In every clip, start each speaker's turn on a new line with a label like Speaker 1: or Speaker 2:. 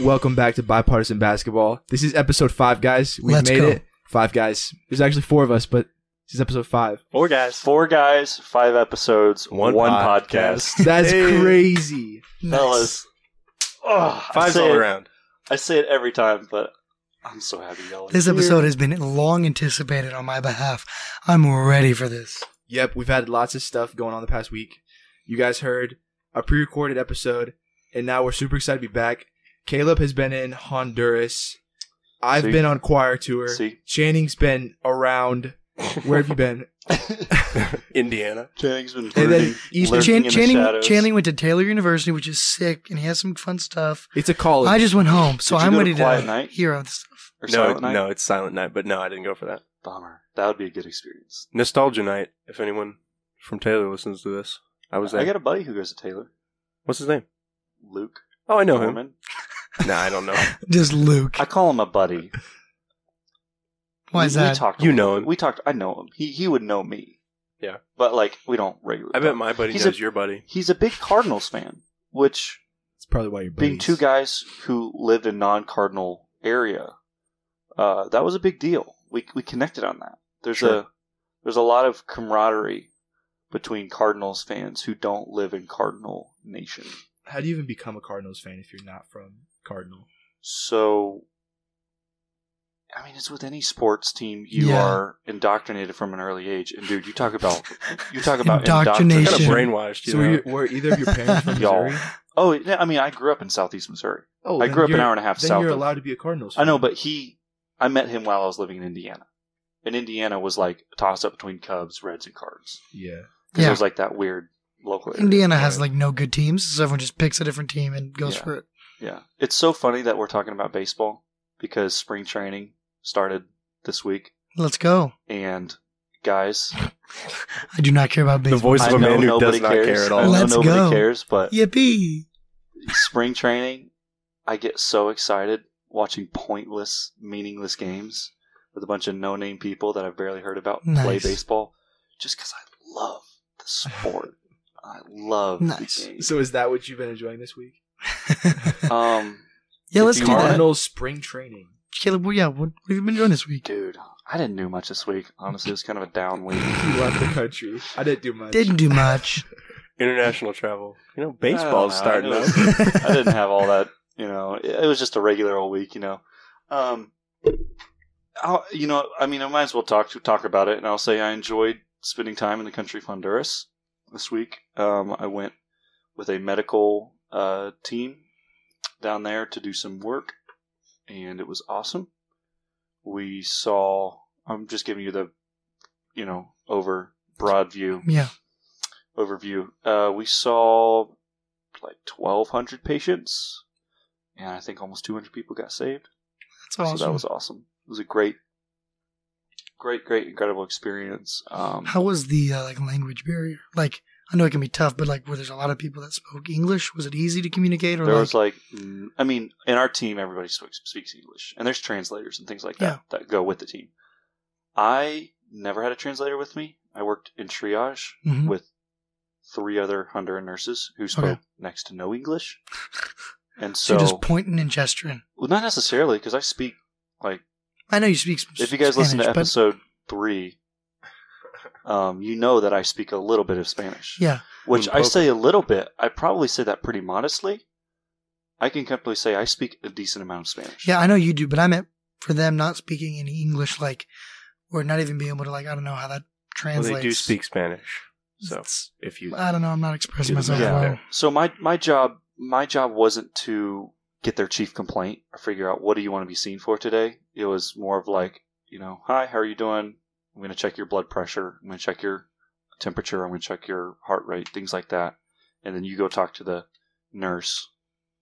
Speaker 1: Welcome back to Bipartisan Basketball. This is episode five, guys. We
Speaker 2: Let's
Speaker 1: made
Speaker 2: go.
Speaker 1: it. Five guys. There's actually four of us, but this is episode five.
Speaker 3: Four guys.
Speaker 4: Four guys, five episodes,
Speaker 3: One
Speaker 4: one,
Speaker 3: podcast.
Speaker 4: podcast.
Speaker 1: That's
Speaker 3: Hey.
Speaker 1: crazy.
Speaker 4: Fellas. Ugh, I,
Speaker 3: Five's
Speaker 4: say
Speaker 3: all
Speaker 4: it,
Speaker 3: around.
Speaker 4: I say it every time, but I'm so happy y'all. are
Speaker 2: This
Speaker 4: here.
Speaker 2: episode has been long anticipated on my behalf. I'm ready for this.
Speaker 1: Yep, we've had lots of stuff going on the past week. You guys heard a pre-recorded episode, and now we're super excited to be back. Caleb has been in Honduras. I've
Speaker 4: See?
Speaker 1: been on choir tour.
Speaker 4: See?
Speaker 1: Channing's been around. Where have you been?
Speaker 3: Indiana.
Speaker 4: Chang's been
Speaker 1: And then
Speaker 4: lurking-
Speaker 1: East-
Speaker 4: lurking
Speaker 2: Chan-
Speaker 4: in the
Speaker 2: Channing,
Speaker 4: shadows.
Speaker 2: Channing went to Taylor University, which is sick, and he has some fun stuff.
Speaker 1: It's a college.
Speaker 2: I just went home, so
Speaker 4: Oh, Did you
Speaker 2: I'm
Speaker 4: go to
Speaker 2: ready to,
Speaker 4: Quiet Night?
Speaker 2: hear all this stuff.
Speaker 4: Or
Speaker 3: no,
Speaker 4: Silent Night?
Speaker 3: no, it's Silent Night, but no, I didn't go for that.
Speaker 4: Bummer. That would be a good experience.
Speaker 3: Nostalgia Night, if anyone from Taylor listens to this. I was there.
Speaker 4: I got a buddy who goes to Taylor.
Speaker 3: What's his name?
Speaker 4: Luke.
Speaker 3: Oh, I know him.
Speaker 4: Norman.
Speaker 3: Nah, I don't know.
Speaker 2: Just Luke.
Speaker 4: I call him a buddy.
Speaker 2: Why is
Speaker 4: We- we
Speaker 2: that?
Speaker 4: talked
Speaker 3: You
Speaker 4: a
Speaker 3: know
Speaker 4: little-
Speaker 3: him.
Speaker 4: We talked. I know him. He he would know me.
Speaker 3: Yeah.
Speaker 4: But like we don't regularly.
Speaker 3: I bet
Speaker 4: talk.
Speaker 3: my buddy
Speaker 4: He's
Speaker 3: knows
Speaker 4: a-
Speaker 3: your buddy.
Speaker 4: He's a big Cardinals fan, which
Speaker 1: It's probably why you're
Speaker 4: being two guys who lived in non-cardinal area uh, that was a big deal we, we connected on that there's
Speaker 3: Sure.
Speaker 4: a there's a lot of camaraderie between cardinals fans who don't live in cardinal nation
Speaker 1: How do you even become a Cardinals fan if you're not from Cardinal?
Speaker 4: so i mean it's with any sports team you
Speaker 2: Yeah.
Speaker 4: are indoctrinated from an early age and dude you talk about you talk about
Speaker 2: Indoctrination.
Speaker 3: I kind of
Speaker 2: Shit.
Speaker 3: brainwashed, you
Speaker 1: So were,
Speaker 3: know.
Speaker 1: you, were either of your parents from
Speaker 4: Y'all.
Speaker 1: Missouri?
Speaker 4: oh yeah, i mean i grew up in southeast missouri
Speaker 1: Oh,
Speaker 4: i
Speaker 1: then
Speaker 4: grew up an
Speaker 1: you're-
Speaker 4: hour and a half
Speaker 1: Then
Speaker 4: south
Speaker 1: you're
Speaker 4: of-
Speaker 1: allowed to be a Cardinals.
Speaker 4: I
Speaker 1: fan.
Speaker 4: know, but he, I met him while I was living in Indiana, and Indiana was like a toss up between Cubs, Reds, and Cards
Speaker 1: yeah,
Speaker 4: because
Speaker 2: Yeah.
Speaker 4: it was like that weird local. area.
Speaker 2: Indiana has
Speaker 4: Right.
Speaker 2: like no good teams, so everyone just picks a different team and goes
Speaker 4: Yeah.
Speaker 2: for it.
Speaker 4: yeah. It's so funny that we're talking about baseball because spring training started this week,
Speaker 2: Let's go.
Speaker 4: and guys,
Speaker 2: I do not care about
Speaker 3: the
Speaker 2: baseball.
Speaker 3: voice
Speaker 4: I
Speaker 3: of a
Speaker 4: know
Speaker 3: man who
Speaker 4: nobody
Speaker 3: does not
Speaker 4: cares.
Speaker 3: care at
Speaker 4: I know
Speaker 3: all.
Speaker 2: Let- Let's
Speaker 4: nobody
Speaker 2: go.
Speaker 4: cares, but
Speaker 2: Yippee!
Speaker 4: spring training, I get so excited watching pointless, meaningless games with a bunch of no name people that I've barely heard about play
Speaker 2: Nice.
Speaker 4: baseball just because I love the sport. I love
Speaker 2: Nice.
Speaker 4: the game.
Speaker 1: So is that what you've been enjoying this week?
Speaker 4: um,
Speaker 2: yeah,
Speaker 4: if
Speaker 2: let's
Speaker 4: you
Speaker 2: do that.
Speaker 4: wanna-
Speaker 1: Cardinals spring training.
Speaker 2: Caleb, well, yeah, what, what have you been doing this week?
Speaker 4: dude, I didn't do much this week. Honestly, it was kind of a down week.
Speaker 1: He left the country. I didn't do much.
Speaker 2: Didn't do much.
Speaker 3: International travel. You know,
Speaker 4: I
Speaker 3: baseball's
Speaker 4: don't know,
Speaker 3: starting
Speaker 4: it
Speaker 3: up.
Speaker 4: was- I didn't have all that, you know. It it was just a regular old week, you know. Um, I'll, you know, I mean, I might as well talk to talk about it, and I'll say I enjoyed spending time in the country of Honduras this week. Um, I went with a medical uh, team down there to do some work, and it was awesome. We saw. I'm just giving you the, you know, over broad view
Speaker 2: Yeah.
Speaker 4: overview. Uh, we saw like 1,200 patients, and I think almost 200 people got saved.
Speaker 2: That's awesome.
Speaker 4: So that was awesome. It was a great, great, great, incredible experience. Um,
Speaker 2: How was the uh, like language barrier? Like I know it can be tough, but like where there's a lot of people that spoke English, was it easy to communicate? Or
Speaker 4: there
Speaker 2: like,
Speaker 4: was like, mm, I mean, in our team, everybody speaks, speaks English, and there's translators and things like that that go with the team. I never had a translator with me. I worked in triage
Speaker 2: Mhm.
Speaker 4: with three other Honduran nurses who spoke next to no English. And
Speaker 2: so,
Speaker 4: so,
Speaker 2: you're just pointing and gesturing.
Speaker 4: Well, not necessarily, because I speak like
Speaker 2: I know you speak. sp-
Speaker 4: if you guys listen to
Speaker 2: Spanish, but-
Speaker 4: episode three, um, you know that I speak a little bit of Spanish.
Speaker 2: yeah,
Speaker 4: Which
Speaker 3: Un
Speaker 4: I
Speaker 3: poco.
Speaker 4: say a little bit. I probably say that pretty modestly. I can comfortably say I speak a decent amount of Spanish.
Speaker 2: yeah, I know you do, but I meant for them not speaking any English, like or not even being able to like I don't know how that
Speaker 3: Well,
Speaker 2: translates.
Speaker 3: they do speak Spanish. So
Speaker 2: It's-
Speaker 3: if you
Speaker 2: I don't know. I'm not expressing
Speaker 3: Yeah.
Speaker 2: myself
Speaker 4: Yeah.
Speaker 2: well.
Speaker 4: So my my job my job wasn't to get their chief complaint or figure out what do you want to be seen for today. It was more of like, you know, hi, how are you doing? I'm going to check your blood pressure. I'm going to check your temperature. I'm going to check your heart rate, things like that. And then you go talk to the nurse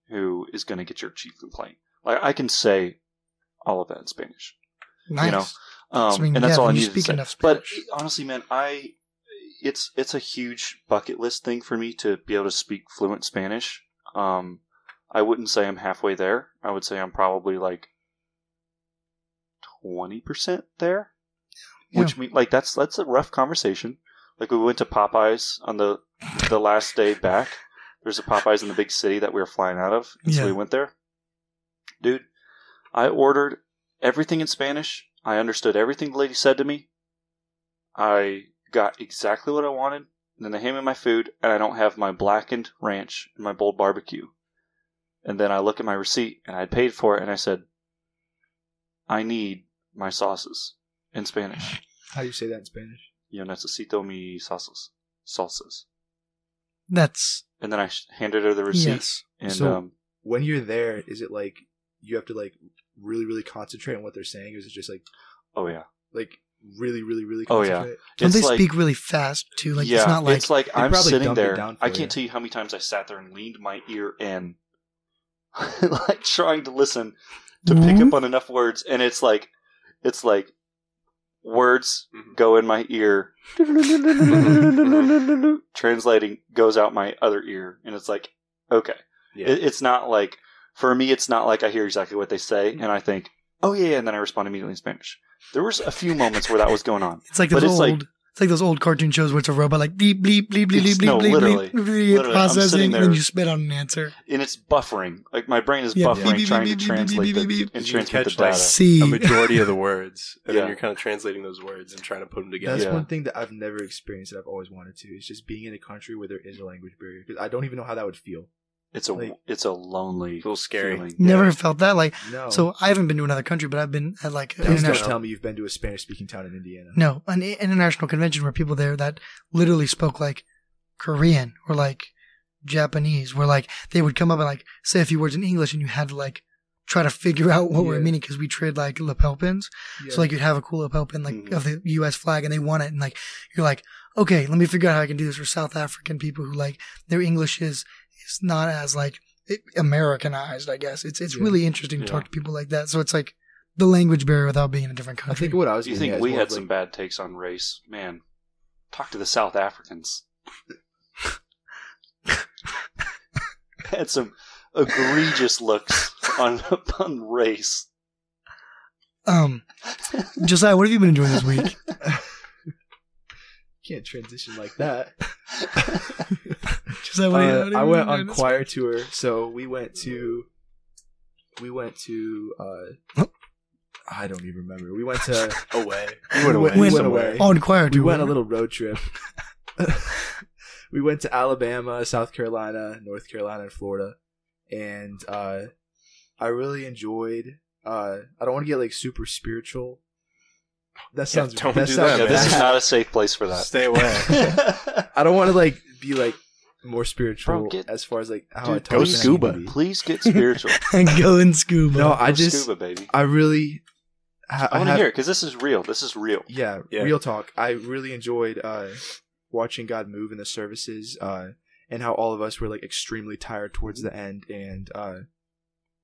Speaker 4: who is going to get your chief complaint. Like I can say all of that in Spanish.
Speaker 2: Nice.
Speaker 4: You know, Um,
Speaker 2: I mean,
Speaker 4: and that's
Speaker 2: yeah,
Speaker 4: all I
Speaker 2: you
Speaker 4: needed to
Speaker 2: speak
Speaker 4: say.
Speaker 2: enough
Speaker 4: but
Speaker 2: Spanish.
Speaker 4: honestly, man, I it's it's a huge bucket list thing for me to be able to speak fluent Spanish. Um, I wouldn't say I'm halfway there. I would say I'm probably like twenty percent there,
Speaker 2: Yeah.
Speaker 4: which means like that's that's a rough conversation. Like we went to Popeyes on the the last day back. There's a Popeyes in the big city that we were flying out of, and so
Speaker 2: Yeah.
Speaker 4: we went there. dude, I ordered everything in Spanish. I understood everything the lady said to me. I got exactly what I wanted. and Then they hand me my food, and I don't have my blackened ranch and my bold barbecue. And then I look at my receipt, and I had paid for it, and I said, I need my sauces in Spanish.
Speaker 1: How do you say that in Spanish?
Speaker 4: Yo necesito mi salsas. Salsas.
Speaker 2: That's
Speaker 4: And then I sh- handed her the receipt,
Speaker 2: yes.
Speaker 4: and
Speaker 1: So-
Speaker 4: um,
Speaker 1: When you're there, is it like you have to like really, really concentrate on what they're saying, or is it just like
Speaker 4: oh yeah,
Speaker 1: like really, really, really
Speaker 4: Oh, yeah.
Speaker 1: concentrate?
Speaker 2: Don't they
Speaker 4: It's like-
Speaker 2: speak really fast too? Like it's not like
Speaker 4: it's like
Speaker 1: They
Speaker 4: I'm
Speaker 1: probably
Speaker 4: sitting
Speaker 1: dumped it
Speaker 4: there.
Speaker 1: down
Speaker 4: I
Speaker 1: for
Speaker 4: can't
Speaker 1: you.
Speaker 4: tell you how many times I sat there and leaned my ear in, like trying to listen to pick
Speaker 2: Mm-hmm.
Speaker 4: up on enough words, and it's like, it's like words go in my ear, translating goes out my other ear, and it's like, okay,
Speaker 1: Yeah.
Speaker 4: It- it's not like for me, it's not like I hear exactly what they say,
Speaker 3: Mm.
Speaker 4: and I think, oh yeah, yeah, and then I respond immediately in Spanish. There was a few moments where that was going on.
Speaker 2: it's like
Speaker 4: but
Speaker 2: those old
Speaker 4: it's like-
Speaker 2: it's like those old cartoon shows where it's a robot like bleep bleep bleep bleep bleep
Speaker 4: It's- no,
Speaker 2: bleep
Speaker 4: literally.
Speaker 2: bleep, bleep, bleep
Speaker 4: Literally, I'm sitting
Speaker 2: processing
Speaker 4: there-
Speaker 2: and then you spit out an answer.
Speaker 4: and it's buffering. Like my brain is
Speaker 2: Yeah,
Speaker 4: buffering,
Speaker 2: beep, beep,
Speaker 4: trying
Speaker 2: beep,
Speaker 4: to
Speaker 2: beep,
Speaker 4: translate
Speaker 2: beep,
Speaker 4: the,
Speaker 2: beep, beep, beep.
Speaker 4: and
Speaker 3: You
Speaker 4: transmit the
Speaker 3: catch, like,
Speaker 4: data.
Speaker 2: See,
Speaker 3: a majority of the words, and
Speaker 4: Yeah.
Speaker 3: then you're kind of translating those words and trying to put them together.
Speaker 1: That's
Speaker 4: Yeah.
Speaker 1: one thing that I've never experienced that I've always wanted to. Is just being in a country where there is a language barrier because I don't even know how that would feel.
Speaker 4: It's a
Speaker 1: Like-
Speaker 4: it's a lonely,
Speaker 3: A little scary.
Speaker 4: feeling.
Speaker 2: never
Speaker 4: Yeah. Oh.
Speaker 2: felt that like.
Speaker 1: No.
Speaker 2: So I haven't been to another country, but I've been at like an
Speaker 1: please don't
Speaker 2: international.
Speaker 1: tell me you've been to a Spanish speaking town in Indiana.
Speaker 2: uh, No, an i- international convention where people there that literally spoke like Korean or like Japanese, where like they would come up and like say a few words in English, and you had to like try to figure out what we're
Speaker 1: Yeah.
Speaker 2: meaning because we trade like lapel pins. So like you'd have a cool lapel pin like
Speaker 1: Mm-hmm.
Speaker 4: Mhm.
Speaker 2: of the U.S. flag, and they want it, and like you're like, okay, let me figure out how I can do this for South African people who like their English is is not as like it, Americanized, I guess. It's it's
Speaker 1: Yeah.
Speaker 2: really interesting to
Speaker 4: Yeah.
Speaker 2: talk to people like that. So it's like the language barrier without being in a different
Speaker 1: I
Speaker 2: country.
Speaker 1: think what I was.
Speaker 4: You
Speaker 1: getting
Speaker 4: think
Speaker 1: at is
Speaker 4: we
Speaker 1: more
Speaker 4: had
Speaker 1: of, like,
Speaker 4: some bad takes on race, man? Talk to the South Africans. had some egregious looks on on race.
Speaker 2: um, Josiah, what have you been doing this week?
Speaker 1: Uh, can't transition like that.
Speaker 2: Josiah, what have
Speaker 1: Uh,
Speaker 2: you- what have
Speaker 1: I went
Speaker 2: you been
Speaker 1: on
Speaker 2: doing this-
Speaker 1: choir tour, so we went to we went to uh I don't even remember. We went to
Speaker 3: Away.
Speaker 1: we
Speaker 3: went away
Speaker 1: We went
Speaker 3: somewhere.
Speaker 1: away.
Speaker 2: on choir
Speaker 1: We
Speaker 2: tour.
Speaker 1: went a little road trip. we went to Alabama, South Carolina, North Carolina, and Florida, and uh, I really enjoyed. Uh, I don't want to get like super spiritual. That sounds.
Speaker 3: don't
Speaker 1: that
Speaker 3: do
Speaker 1: sounds
Speaker 4: Yeah,
Speaker 3: that,
Speaker 4: this is
Speaker 1: bad.
Speaker 4: not a safe place for that.
Speaker 3: Stay away.
Speaker 1: I don't want to like be like more spiritual
Speaker 4: Bro, get-
Speaker 1: as far as like how I
Speaker 4: Dude,
Speaker 1: talk.
Speaker 3: go
Speaker 1: to
Speaker 3: scuba.
Speaker 1: people.
Speaker 4: Please get spiritual.
Speaker 2: go in scuba.
Speaker 1: No, I
Speaker 4: Go
Speaker 1: just
Speaker 4: scuba, baby.
Speaker 1: I really ha-
Speaker 4: I want to
Speaker 1: have-
Speaker 4: hear it because this is real. This is real.
Speaker 1: yeah,
Speaker 3: Yeah.
Speaker 1: real talk. I really enjoyed uh, watching God move in the services uh, and how all of us were like extremely tired towards the end and uh,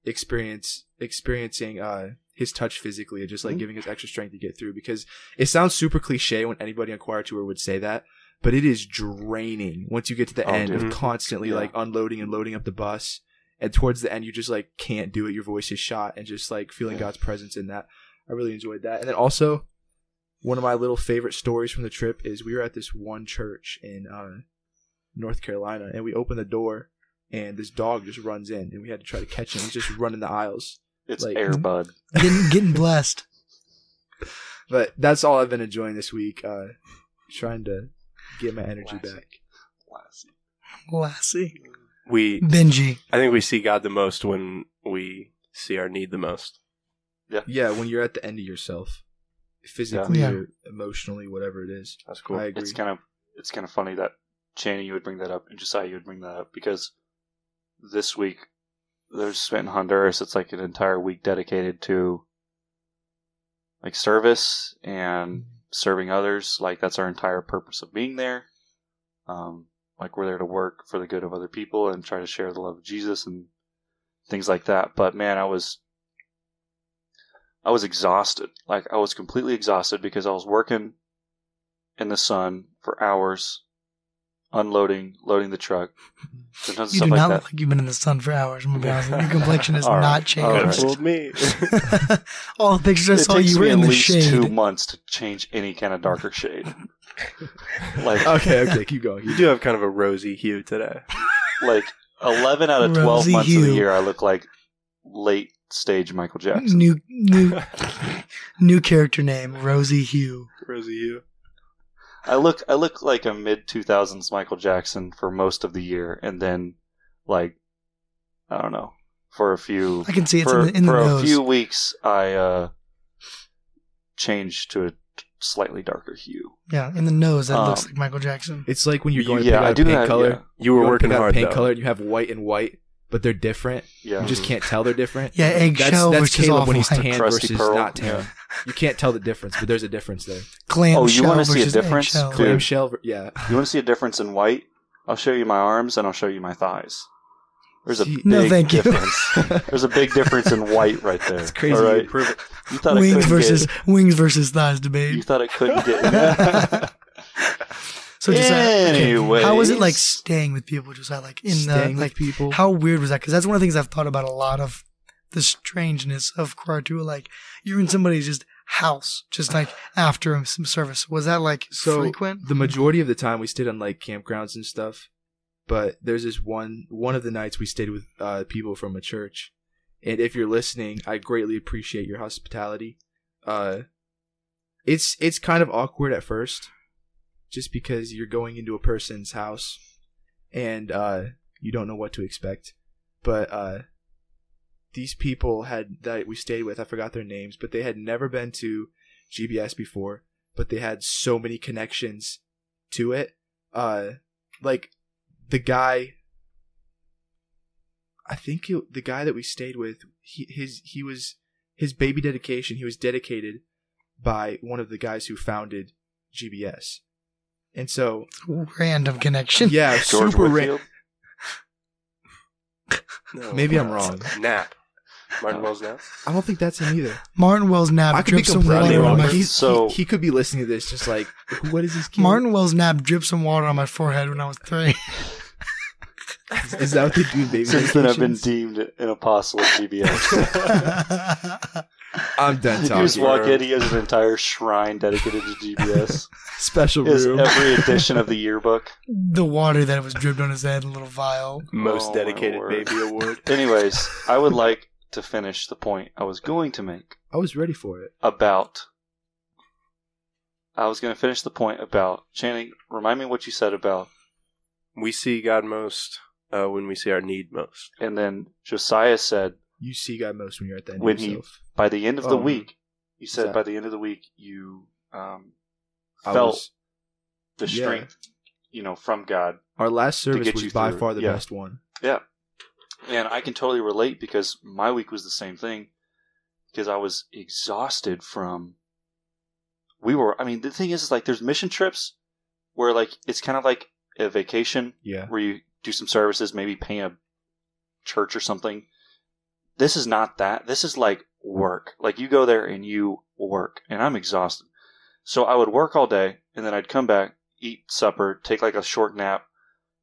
Speaker 1: experience experiencing uh, His touch physically and just like
Speaker 4: Mhm.
Speaker 1: giving us extra strength to get through. Because it sounds super cliche when anybody on choir tour would say that, but it is draining once you get to the
Speaker 4: Oh,
Speaker 1: end
Speaker 3: dude.
Speaker 1: of constantly
Speaker 4: Yeah.
Speaker 1: like unloading and loading up the bus. And towards the end, you just like can't do it. Your voice is shot, and just like feeling
Speaker 4: Yeah.
Speaker 1: God's presence in that. I really enjoyed that. And then also, one of my little favorite stories from the trip is we were at this one church in uh, North Carolina, and we opened the door, and this dog just runs in, and we had to try to catch him. He's just running the aisles.
Speaker 4: It's
Speaker 1: Like-
Speaker 4: Airbud.
Speaker 2: getting getting blessed.
Speaker 1: But that's all I've been enjoying this week. Uh, trying to get my energy
Speaker 4: Classic.
Speaker 1: back.
Speaker 2: Lassie,
Speaker 3: We,
Speaker 2: Benji,
Speaker 3: I think we see God the most when we see our need the most.
Speaker 1: Yeah, when you're at the end of yourself, physically
Speaker 2: Yeah.
Speaker 1: or emotionally, whatever it is.
Speaker 3: That's cool.
Speaker 1: I agree.
Speaker 4: it's kind of it's kind of funny that Channing you would bring that up and Josiah you would bring that up because this week there's spent in Honduras. It's like an entire week dedicated to like service and
Speaker 1: Mm-hmm.
Speaker 4: serving others. Like that's our entire purpose of being there. Um, like we're there to work for the good of other people and try to share the love of Jesus and things like that. But man, I was I was exhausted. Like I was completely exhausted because I was working in the sun for hours, unloading, loading the truck, and tons of
Speaker 2: you
Speaker 4: stuff
Speaker 2: do
Speaker 4: like
Speaker 2: not
Speaker 4: that.
Speaker 2: look like you've been in the sun for hours. I'm gonna be honest. with you. Your complexion has
Speaker 4: All right.
Speaker 2: not
Speaker 4: All
Speaker 3: God
Speaker 4: right.
Speaker 2: changed.
Speaker 3: fooled me.
Speaker 2: All the pictures I
Speaker 4: it
Speaker 2: saw,
Speaker 4: takes
Speaker 2: you were
Speaker 4: me
Speaker 2: in
Speaker 4: at
Speaker 2: the
Speaker 4: least
Speaker 2: shade.
Speaker 4: two months to change any kind of darker shade. like,
Speaker 2: Uh,
Speaker 1: okay, okay, keep going.
Speaker 3: you do have kind of a rosy hue today.
Speaker 4: like eleven out of twelve
Speaker 2: Rosy
Speaker 4: months of
Speaker 2: hue.
Speaker 4: the year, I look like late stage Michael Jackson.
Speaker 2: New new new character name Rosie Hugh.
Speaker 3: Rosie Hugh.
Speaker 4: I look I look like a mid two thousands Michael Jackson for most of the year, and then like I don't know for a few
Speaker 2: I can see it's
Speaker 4: for,
Speaker 2: in the, in the
Speaker 4: for a
Speaker 2: nose.
Speaker 4: few weeks I uh, changed to a slightly darker hue.
Speaker 2: yeah, in the nose that looks
Speaker 4: Um,
Speaker 2: like Michael Jackson.
Speaker 1: It's like when you're going
Speaker 4: yeah,
Speaker 1: to pick out
Speaker 4: I
Speaker 1: a
Speaker 4: do
Speaker 1: paint
Speaker 4: that.
Speaker 1: color.
Speaker 3: You
Speaker 1: You
Speaker 3: were
Speaker 1: wanna
Speaker 3: working
Speaker 1: pick out a
Speaker 3: hard
Speaker 1: paint
Speaker 3: though.
Speaker 1: color, and you have white and white, but they're different.
Speaker 4: Yeah, yeah.
Speaker 1: You just can't tell they're different.
Speaker 2: Yeah, eggshell,
Speaker 1: That's, that's
Speaker 2: which is
Speaker 1: Caleb
Speaker 2: off
Speaker 1: when he's
Speaker 2: white.
Speaker 1: tan
Speaker 4: Crusty
Speaker 1: versus
Speaker 4: pearl,
Speaker 1: not tan.
Speaker 4: yeah.
Speaker 1: You can't tell the difference, but there's a difference there.
Speaker 2: Clam
Speaker 4: Oh, you
Speaker 2: shell
Speaker 4: wanna see a
Speaker 2: versus
Speaker 4: difference?
Speaker 2: eggshell.
Speaker 4: Dude.
Speaker 1: Clamshell, ver- yeah.
Speaker 4: You want to see a difference in white? I'll show you my arms and I'll show you my thighs. There's a
Speaker 1: Gee.
Speaker 4: big
Speaker 2: No, thank you.
Speaker 4: difference. There's a big difference in white right there.
Speaker 1: It's crazy.
Speaker 4: all
Speaker 1: you
Speaker 4: right?
Speaker 1: prove it.
Speaker 4: You thought it
Speaker 2: wings
Speaker 4: couldn't
Speaker 2: versus
Speaker 4: get,
Speaker 2: wings versus thighs debate.
Speaker 4: you thought it couldn't get.
Speaker 2: So just anyway, how was it like
Speaker 4: Anyways.
Speaker 2: staying with people? Just at, like in
Speaker 1: Staying
Speaker 2: the
Speaker 1: with
Speaker 2: like
Speaker 1: people.
Speaker 2: how weird was that? Because that's one of the things I've thought about a lot of the strangeness of Quartua. Like you're in somebody's just house, just like after some service. Was that like
Speaker 1: So,
Speaker 2: frequent?
Speaker 1: the majority of the time we stayed on like campgrounds and stuff but there's this one one of the nights we stayed with uh, people from a church and if you're listening i greatly appreciate your hospitality uh, it's it's kind of awkward at first just because you're going into a person's house and uh, you don't know what to expect but uh, these people had that we stayed with i forgot their names but they had never been to gbs before but they had so many connections to it. Uh, like the guy, I think it, the guy that we stayed with, he his he was his baby dedication. He was dedicated by one of the guys who founded GBS, and so
Speaker 2: Random connection.
Speaker 1: yeah,
Speaker 4: George
Speaker 1: super ra-
Speaker 4: Whitefield?
Speaker 3: No,
Speaker 1: Maybe I'm wrong.
Speaker 3: Nap. Martin Wells nap.
Speaker 1: I don't think that's him either.
Speaker 2: Martin Wells nap
Speaker 1: I could be
Speaker 2: drips some
Speaker 1: completely
Speaker 2: water
Speaker 1: wrong.
Speaker 2: on my.
Speaker 1: but He's,
Speaker 4: So-
Speaker 1: he, he could be listening to this, just like what is this kid?
Speaker 2: Martin Wells nap dripped some water on my forehead when I was three.
Speaker 1: is, is that what they do? in Baby
Speaker 4: Since then, I've been
Speaker 1: dedications?
Speaker 4: deemed an apostle of GBS.
Speaker 1: I'm done
Speaker 4: you just
Speaker 1: talking.
Speaker 4: walk in, he has an entire shrine dedicated to GBS.
Speaker 1: Special
Speaker 4: He has
Speaker 1: room.
Speaker 4: every edition of the yearbook.
Speaker 2: the water that was dripped on his head in a little vial.
Speaker 3: Most
Speaker 4: Oh, my
Speaker 3: dedicated
Speaker 4: word.
Speaker 3: baby award.
Speaker 4: Anyways, I would like to finish the point I was going to make
Speaker 1: I was ready for it.
Speaker 4: about. I was going to finish the point about Channing. Remind me what you said about,
Speaker 3: We see God most uh, when we see our need most.
Speaker 4: and then Josiah said
Speaker 1: You see God most when you're at the end
Speaker 4: When
Speaker 1: of
Speaker 4: he-
Speaker 1: yourself.
Speaker 4: by the end of the
Speaker 1: Um,
Speaker 4: week. You said
Speaker 1: that-
Speaker 4: by the end of the week you um,
Speaker 1: I
Speaker 4: felt
Speaker 1: was-
Speaker 4: the
Speaker 1: yeah.
Speaker 4: strength, you know, from God.
Speaker 1: our last service
Speaker 4: get
Speaker 1: was
Speaker 4: you
Speaker 1: by
Speaker 4: through.
Speaker 1: far the
Speaker 4: Yeah.
Speaker 1: best one.
Speaker 4: And I can totally relate because my week was the same thing because I was exhausted from. We were, I mean, the thing is, is like there's mission trips where like it's kind of like a vacation
Speaker 1: Yeah.
Speaker 4: where you do some services, maybe paint a church or something. This is not that. This is like work. Like you go there and you work, and I'm exhausted. So I would work all day, and then I'd come back, eat supper, take like a short nap,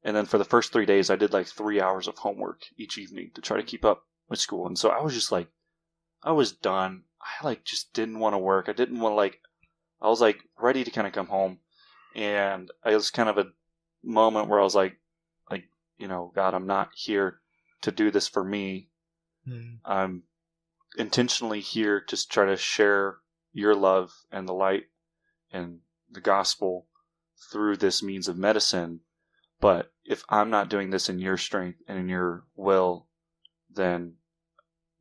Speaker 4: and then for the first three days, I did like three hours of homework each evening to try to keep up with school. And so I was just like, I was done. I like just didn't want to work. I didn't want to like. I was like ready to kind of come home, and it was kind of a moment where I was like, like you know, God, I'm not here to do this for me. Hmm. I'm intentionally here to try to share your love and the light and the gospel through this means of medicine. But if I'm not doing this in your strength and in your will, then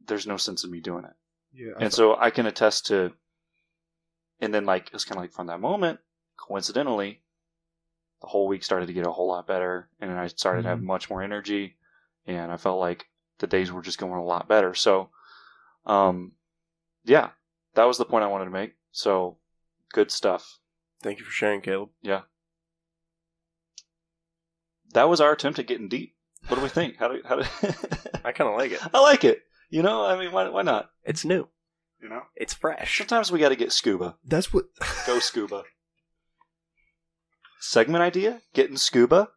Speaker 4: there's no sense in me doing it.
Speaker 1: Yeah.
Speaker 4: And so I can attest to, and then like it's kind of like from that moment, coincidentally, the whole week started to get a whole lot better, and I started to have
Speaker 1: Mhm.
Speaker 4: much more energy, and I felt like the days were just going a lot better. So, um, yeah, that was the point I wanted to make. So, good stuff.
Speaker 3: Thank you for sharing, Caleb.
Speaker 4: That was our attempt at getting deep. What do we think? How do how do?
Speaker 3: I kind of like it.
Speaker 4: I like it. You know, I mean, why why not?
Speaker 3: It's new.
Speaker 4: You know,
Speaker 3: It's fresh.
Speaker 4: sometimes we got to get scuba.
Speaker 1: that's what
Speaker 4: Go scuba. Segment idea: getting scuba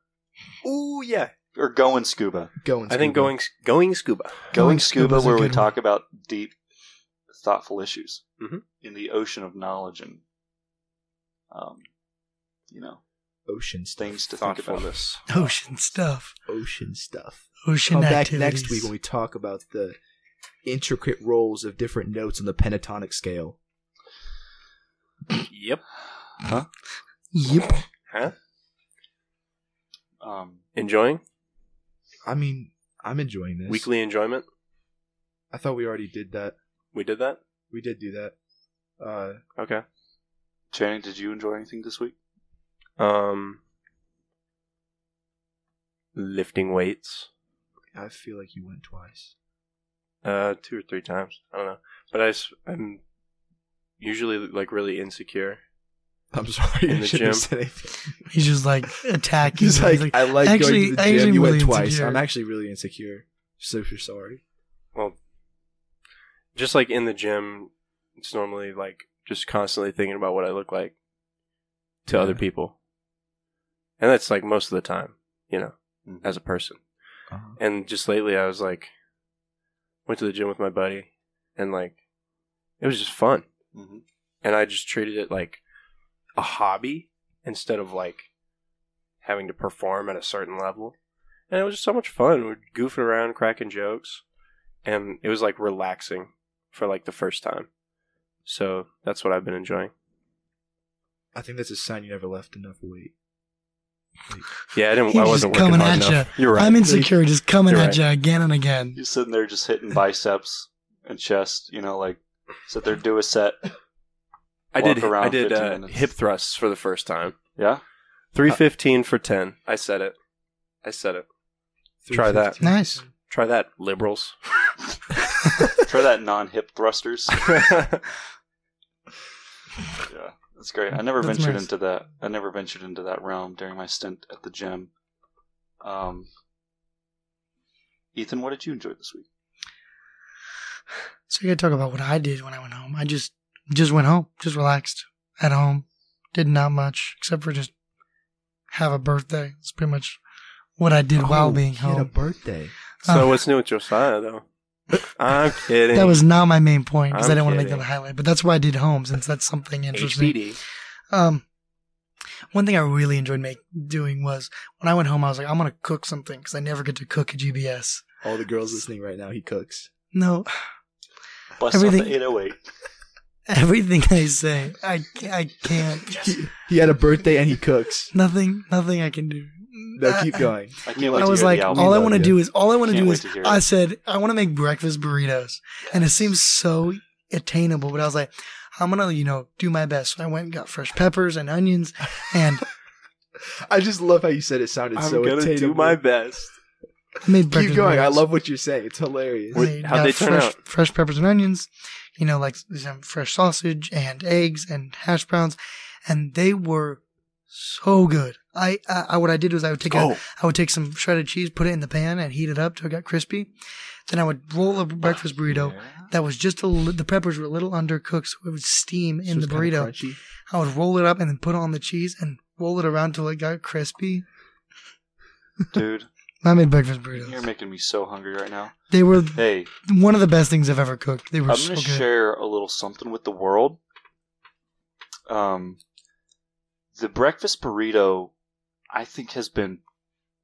Speaker 3: Ooh yeah.
Speaker 4: or going scuba.
Speaker 1: going.
Speaker 3: I think
Speaker 1: scuba.
Speaker 3: going going scuba.
Speaker 4: Going scuba,
Speaker 2: scuba's a
Speaker 4: where we
Speaker 2: good
Speaker 4: talk about deep, thoughtful issues
Speaker 3: Mhm.
Speaker 4: in the ocean of knowledge and, um, you know,
Speaker 1: ocean stuff.
Speaker 4: things to think about.
Speaker 3: Thoughtfulness.
Speaker 2: Ocean stuff.
Speaker 1: Ocean stuff.
Speaker 2: Ocean
Speaker 1: Come back
Speaker 2: activities.
Speaker 1: next week when we talk about the intricate rolls of different notes on the pentatonic scale.
Speaker 3: Yep.
Speaker 2: Yep.
Speaker 4: Um,
Speaker 3: Enjoying
Speaker 1: I mean, I'm enjoying this.
Speaker 3: weekly enjoyment.
Speaker 1: I thought we already did that.
Speaker 3: We did that.
Speaker 1: We did do that. Uh,
Speaker 3: Okay.
Speaker 4: Channing, did you enjoy anything this week?
Speaker 3: Um, lifting weights.
Speaker 1: I feel like you went twice.
Speaker 3: Uh, two or three times. I don't know. But I, am usually like really insecure.
Speaker 1: I'm sorry.
Speaker 3: In
Speaker 1: I
Speaker 3: the
Speaker 1: shouldn't have
Speaker 3: gym.
Speaker 1: said anything.
Speaker 2: He's just like attacking.
Speaker 1: He's like, I like
Speaker 2: actually-
Speaker 1: going to the
Speaker 2: I
Speaker 1: gym.
Speaker 2: actually
Speaker 1: you went
Speaker 2: really
Speaker 1: twice.
Speaker 2: insecure.
Speaker 1: I'm actually really insecure. So you're sorry.
Speaker 3: Well, just like in the gym, it's normally like just constantly thinking about what I look like to other
Speaker 1: Yeah.
Speaker 3: people, and that's like most of the time, you know, as a person. And just lately, I was like, went to the gym with my buddy, and like, it was just fun.
Speaker 4: hmm
Speaker 3: and I just treated it like a hobby instead of like having to perform at a certain level. And it was just so much fun. We were goofing around, cracking jokes, and it was like relaxing for like the first time. So that's what I've been enjoying.
Speaker 1: I think that's a sign you never left enough weight.
Speaker 3: Yeah, I didn't.
Speaker 2: He's
Speaker 3: I
Speaker 2: just
Speaker 3: wasn't working
Speaker 2: coming
Speaker 3: hard
Speaker 2: at
Speaker 3: enough. You're right.
Speaker 2: I'm insecure, just coming
Speaker 3: You're
Speaker 2: at
Speaker 3: right.
Speaker 2: you again and again.
Speaker 4: He's sitting there just hitting biceps and chest. You know, like sit there, do a set.
Speaker 3: I did.
Speaker 4: walk around
Speaker 3: I did
Speaker 4: 15
Speaker 3: uh,
Speaker 4: minutes.
Speaker 3: hip thrusts for the first time.
Speaker 4: Yeah,
Speaker 3: Three fifteen for ten. I said it. I said it. Try that.
Speaker 2: Nice.
Speaker 3: Try that, liberals.
Speaker 4: try that non-hip thrusters.
Speaker 3: I
Speaker 4: Yeah, that's great. I never
Speaker 2: That's
Speaker 4: ventured
Speaker 2: nice.
Speaker 4: into that. I never ventured into that realm during my stint at the gym. Um, Ethan, what did you enjoy this week?
Speaker 2: So I gotta talk about what I did when I went home. I just just went home, just relaxed at home, did not much except for just have a birthday. It's pretty much what I did while being
Speaker 1: he had a
Speaker 2: home.
Speaker 1: birthday.
Speaker 3: So
Speaker 2: Oh.
Speaker 3: what's new with Josiah though? I'm kidding.
Speaker 2: That was not my main point because I
Speaker 3: I'm
Speaker 2: didn't want to make that
Speaker 3: kidding.
Speaker 2: a highlight. But that's why I did home since that's something interesting.
Speaker 3: HBD.
Speaker 2: Um, one thing I really enjoyed make, doing was when I went home, I was like, I'm gonna cook something because I never get to cook at GBS.
Speaker 1: All the girls listening right now, he cooks.
Speaker 2: No,
Speaker 4: Bust out
Speaker 2: Everything-
Speaker 4: the 808.
Speaker 2: everything I say, I I can't.
Speaker 1: He, he had a birthday and he cooks.
Speaker 2: Nothing, nothing I can do.
Speaker 1: No,
Speaker 2: I-
Speaker 1: keep
Speaker 2: I-
Speaker 1: going.
Speaker 4: I can't wait
Speaker 2: I
Speaker 4: to
Speaker 2: was
Speaker 4: hear
Speaker 2: like,
Speaker 4: the
Speaker 1: We
Speaker 2: all I
Speaker 1: love
Speaker 2: want to
Speaker 1: you.
Speaker 2: do is all I want to
Speaker 4: Can't
Speaker 2: do
Speaker 4: wait
Speaker 2: is
Speaker 4: to hear
Speaker 2: I
Speaker 4: it.
Speaker 2: said I want to make breakfast burritos, and it seems so attainable. But I was like, I'm gonna you know do my best. So I went and got fresh peppers and onions, and
Speaker 1: I just love how you said it sounded
Speaker 3: I'm
Speaker 1: so
Speaker 3: gonna do
Speaker 1: attainable.
Speaker 3: my best.
Speaker 2: I made breakfast.
Speaker 1: Keep going. I
Speaker 2: burritos.
Speaker 1: love what you're saying. It's hilarious.
Speaker 3: Wait,
Speaker 2: And
Speaker 3: how'd
Speaker 2: got
Speaker 3: they turn
Speaker 2: fresh,
Speaker 3: out?
Speaker 2: Fresh peppers and onions, you know, like some fresh sausage and eggs and hash browns, and they were so good. I, I, I what I did was I would take a,
Speaker 3: Oh.
Speaker 4: Oh.
Speaker 2: I would take some shredded cheese, put it in the pan, and heat it up till it got crispy. Then I would roll a breakfast burrito that was just a li- the peppers were a little undercooked, so it would steam
Speaker 1: So
Speaker 2: in
Speaker 1: it's
Speaker 2: the
Speaker 1: kinda
Speaker 2: burrito.
Speaker 1: crunchy.
Speaker 2: I would roll it up and then put on the cheese and roll it around till it got crispy.
Speaker 4: Dude,
Speaker 2: I made breakfast burritos.
Speaker 4: you're making me so hungry right now.
Speaker 2: They were
Speaker 4: Hey,
Speaker 2: one of the best things I've ever cooked. They were
Speaker 4: I'm
Speaker 2: so
Speaker 4: going
Speaker 2: good.
Speaker 4: to share a little something with the world. Um, the breakfast burrito, I think, has been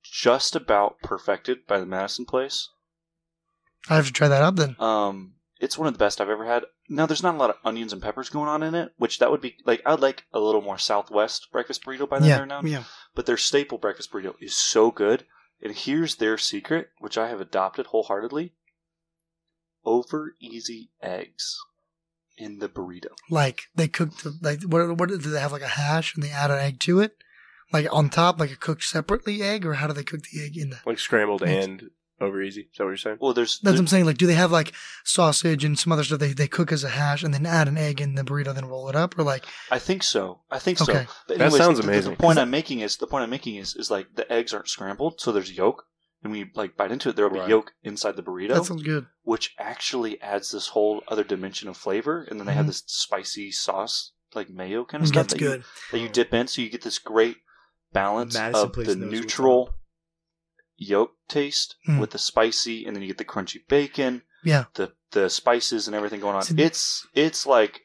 Speaker 4: just about perfected by the Madison Place.
Speaker 2: I have to try that out then.
Speaker 4: Um, it's one of the best I've ever had. Now, there's not a lot of onions and peppers going on in it, which that would be like I'd like a little more Southwest breakfast burrito by the
Speaker 2: yeah,
Speaker 4: there now.
Speaker 2: Um, yeah.
Speaker 4: But their staple breakfast burrito is so good, and here's their secret, which I have adopted wholeheartedly: over easy eggs in the burrito.
Speaker 2: like they cooked the, like what what do they have like a hash and they add an egg to it like on top like a cooked separately egg or how do they cook the egg in the
Speaker 3: Like scrambled and over easy. Is that what you're saying?
Speaker 4: Well, there's
Speaker 2: that's what I'm saying. Like, do they have like sausage and some other stuff they, they cook as a hash and then add an egg in the burrito, then roll it up, or like
Speaker 4: I think so. I think so.
Speaker 2: okay,
Speaker 4: But
Speaker 3: That sounds
Speaker 4: the- the-
Speaker 3: amazing.
Speaker 4: The point I'm making is the point I'm making is is like the eggs aren't scrambled, so there's yolk, and when you like bite into it, there'll be
Speaker 3: Right.
Speaker 4: yolk inside the burrito.
Speaker 2: that sounds good.
Speaker 4: which actually adds this whole other dimension of flavor. And then they have
Speaker 2: Mhm.
Speaker 4: this spicy sauce, like mayo kind of stuff
Speaker 2: Mm, That's
Speaker 4: that,
Speaker 2: good.
Speaker 4: You, that you dip in, so you get this great balance
Speaker 1: Madison
Speaker 4: of
Speaker 1: Place
Speaker 4: the
Speaker 1: knows what's
Speaker 4: neutral yolk taste
Speaker 2: Mm.
Speaker 4: with the spicy, and then you get the crunchy bacon,
Speaker 2: Yeah,
Speaker 4: the the spices, and everything going on.
Speaker 2: So-
Speaker 4: it's it's like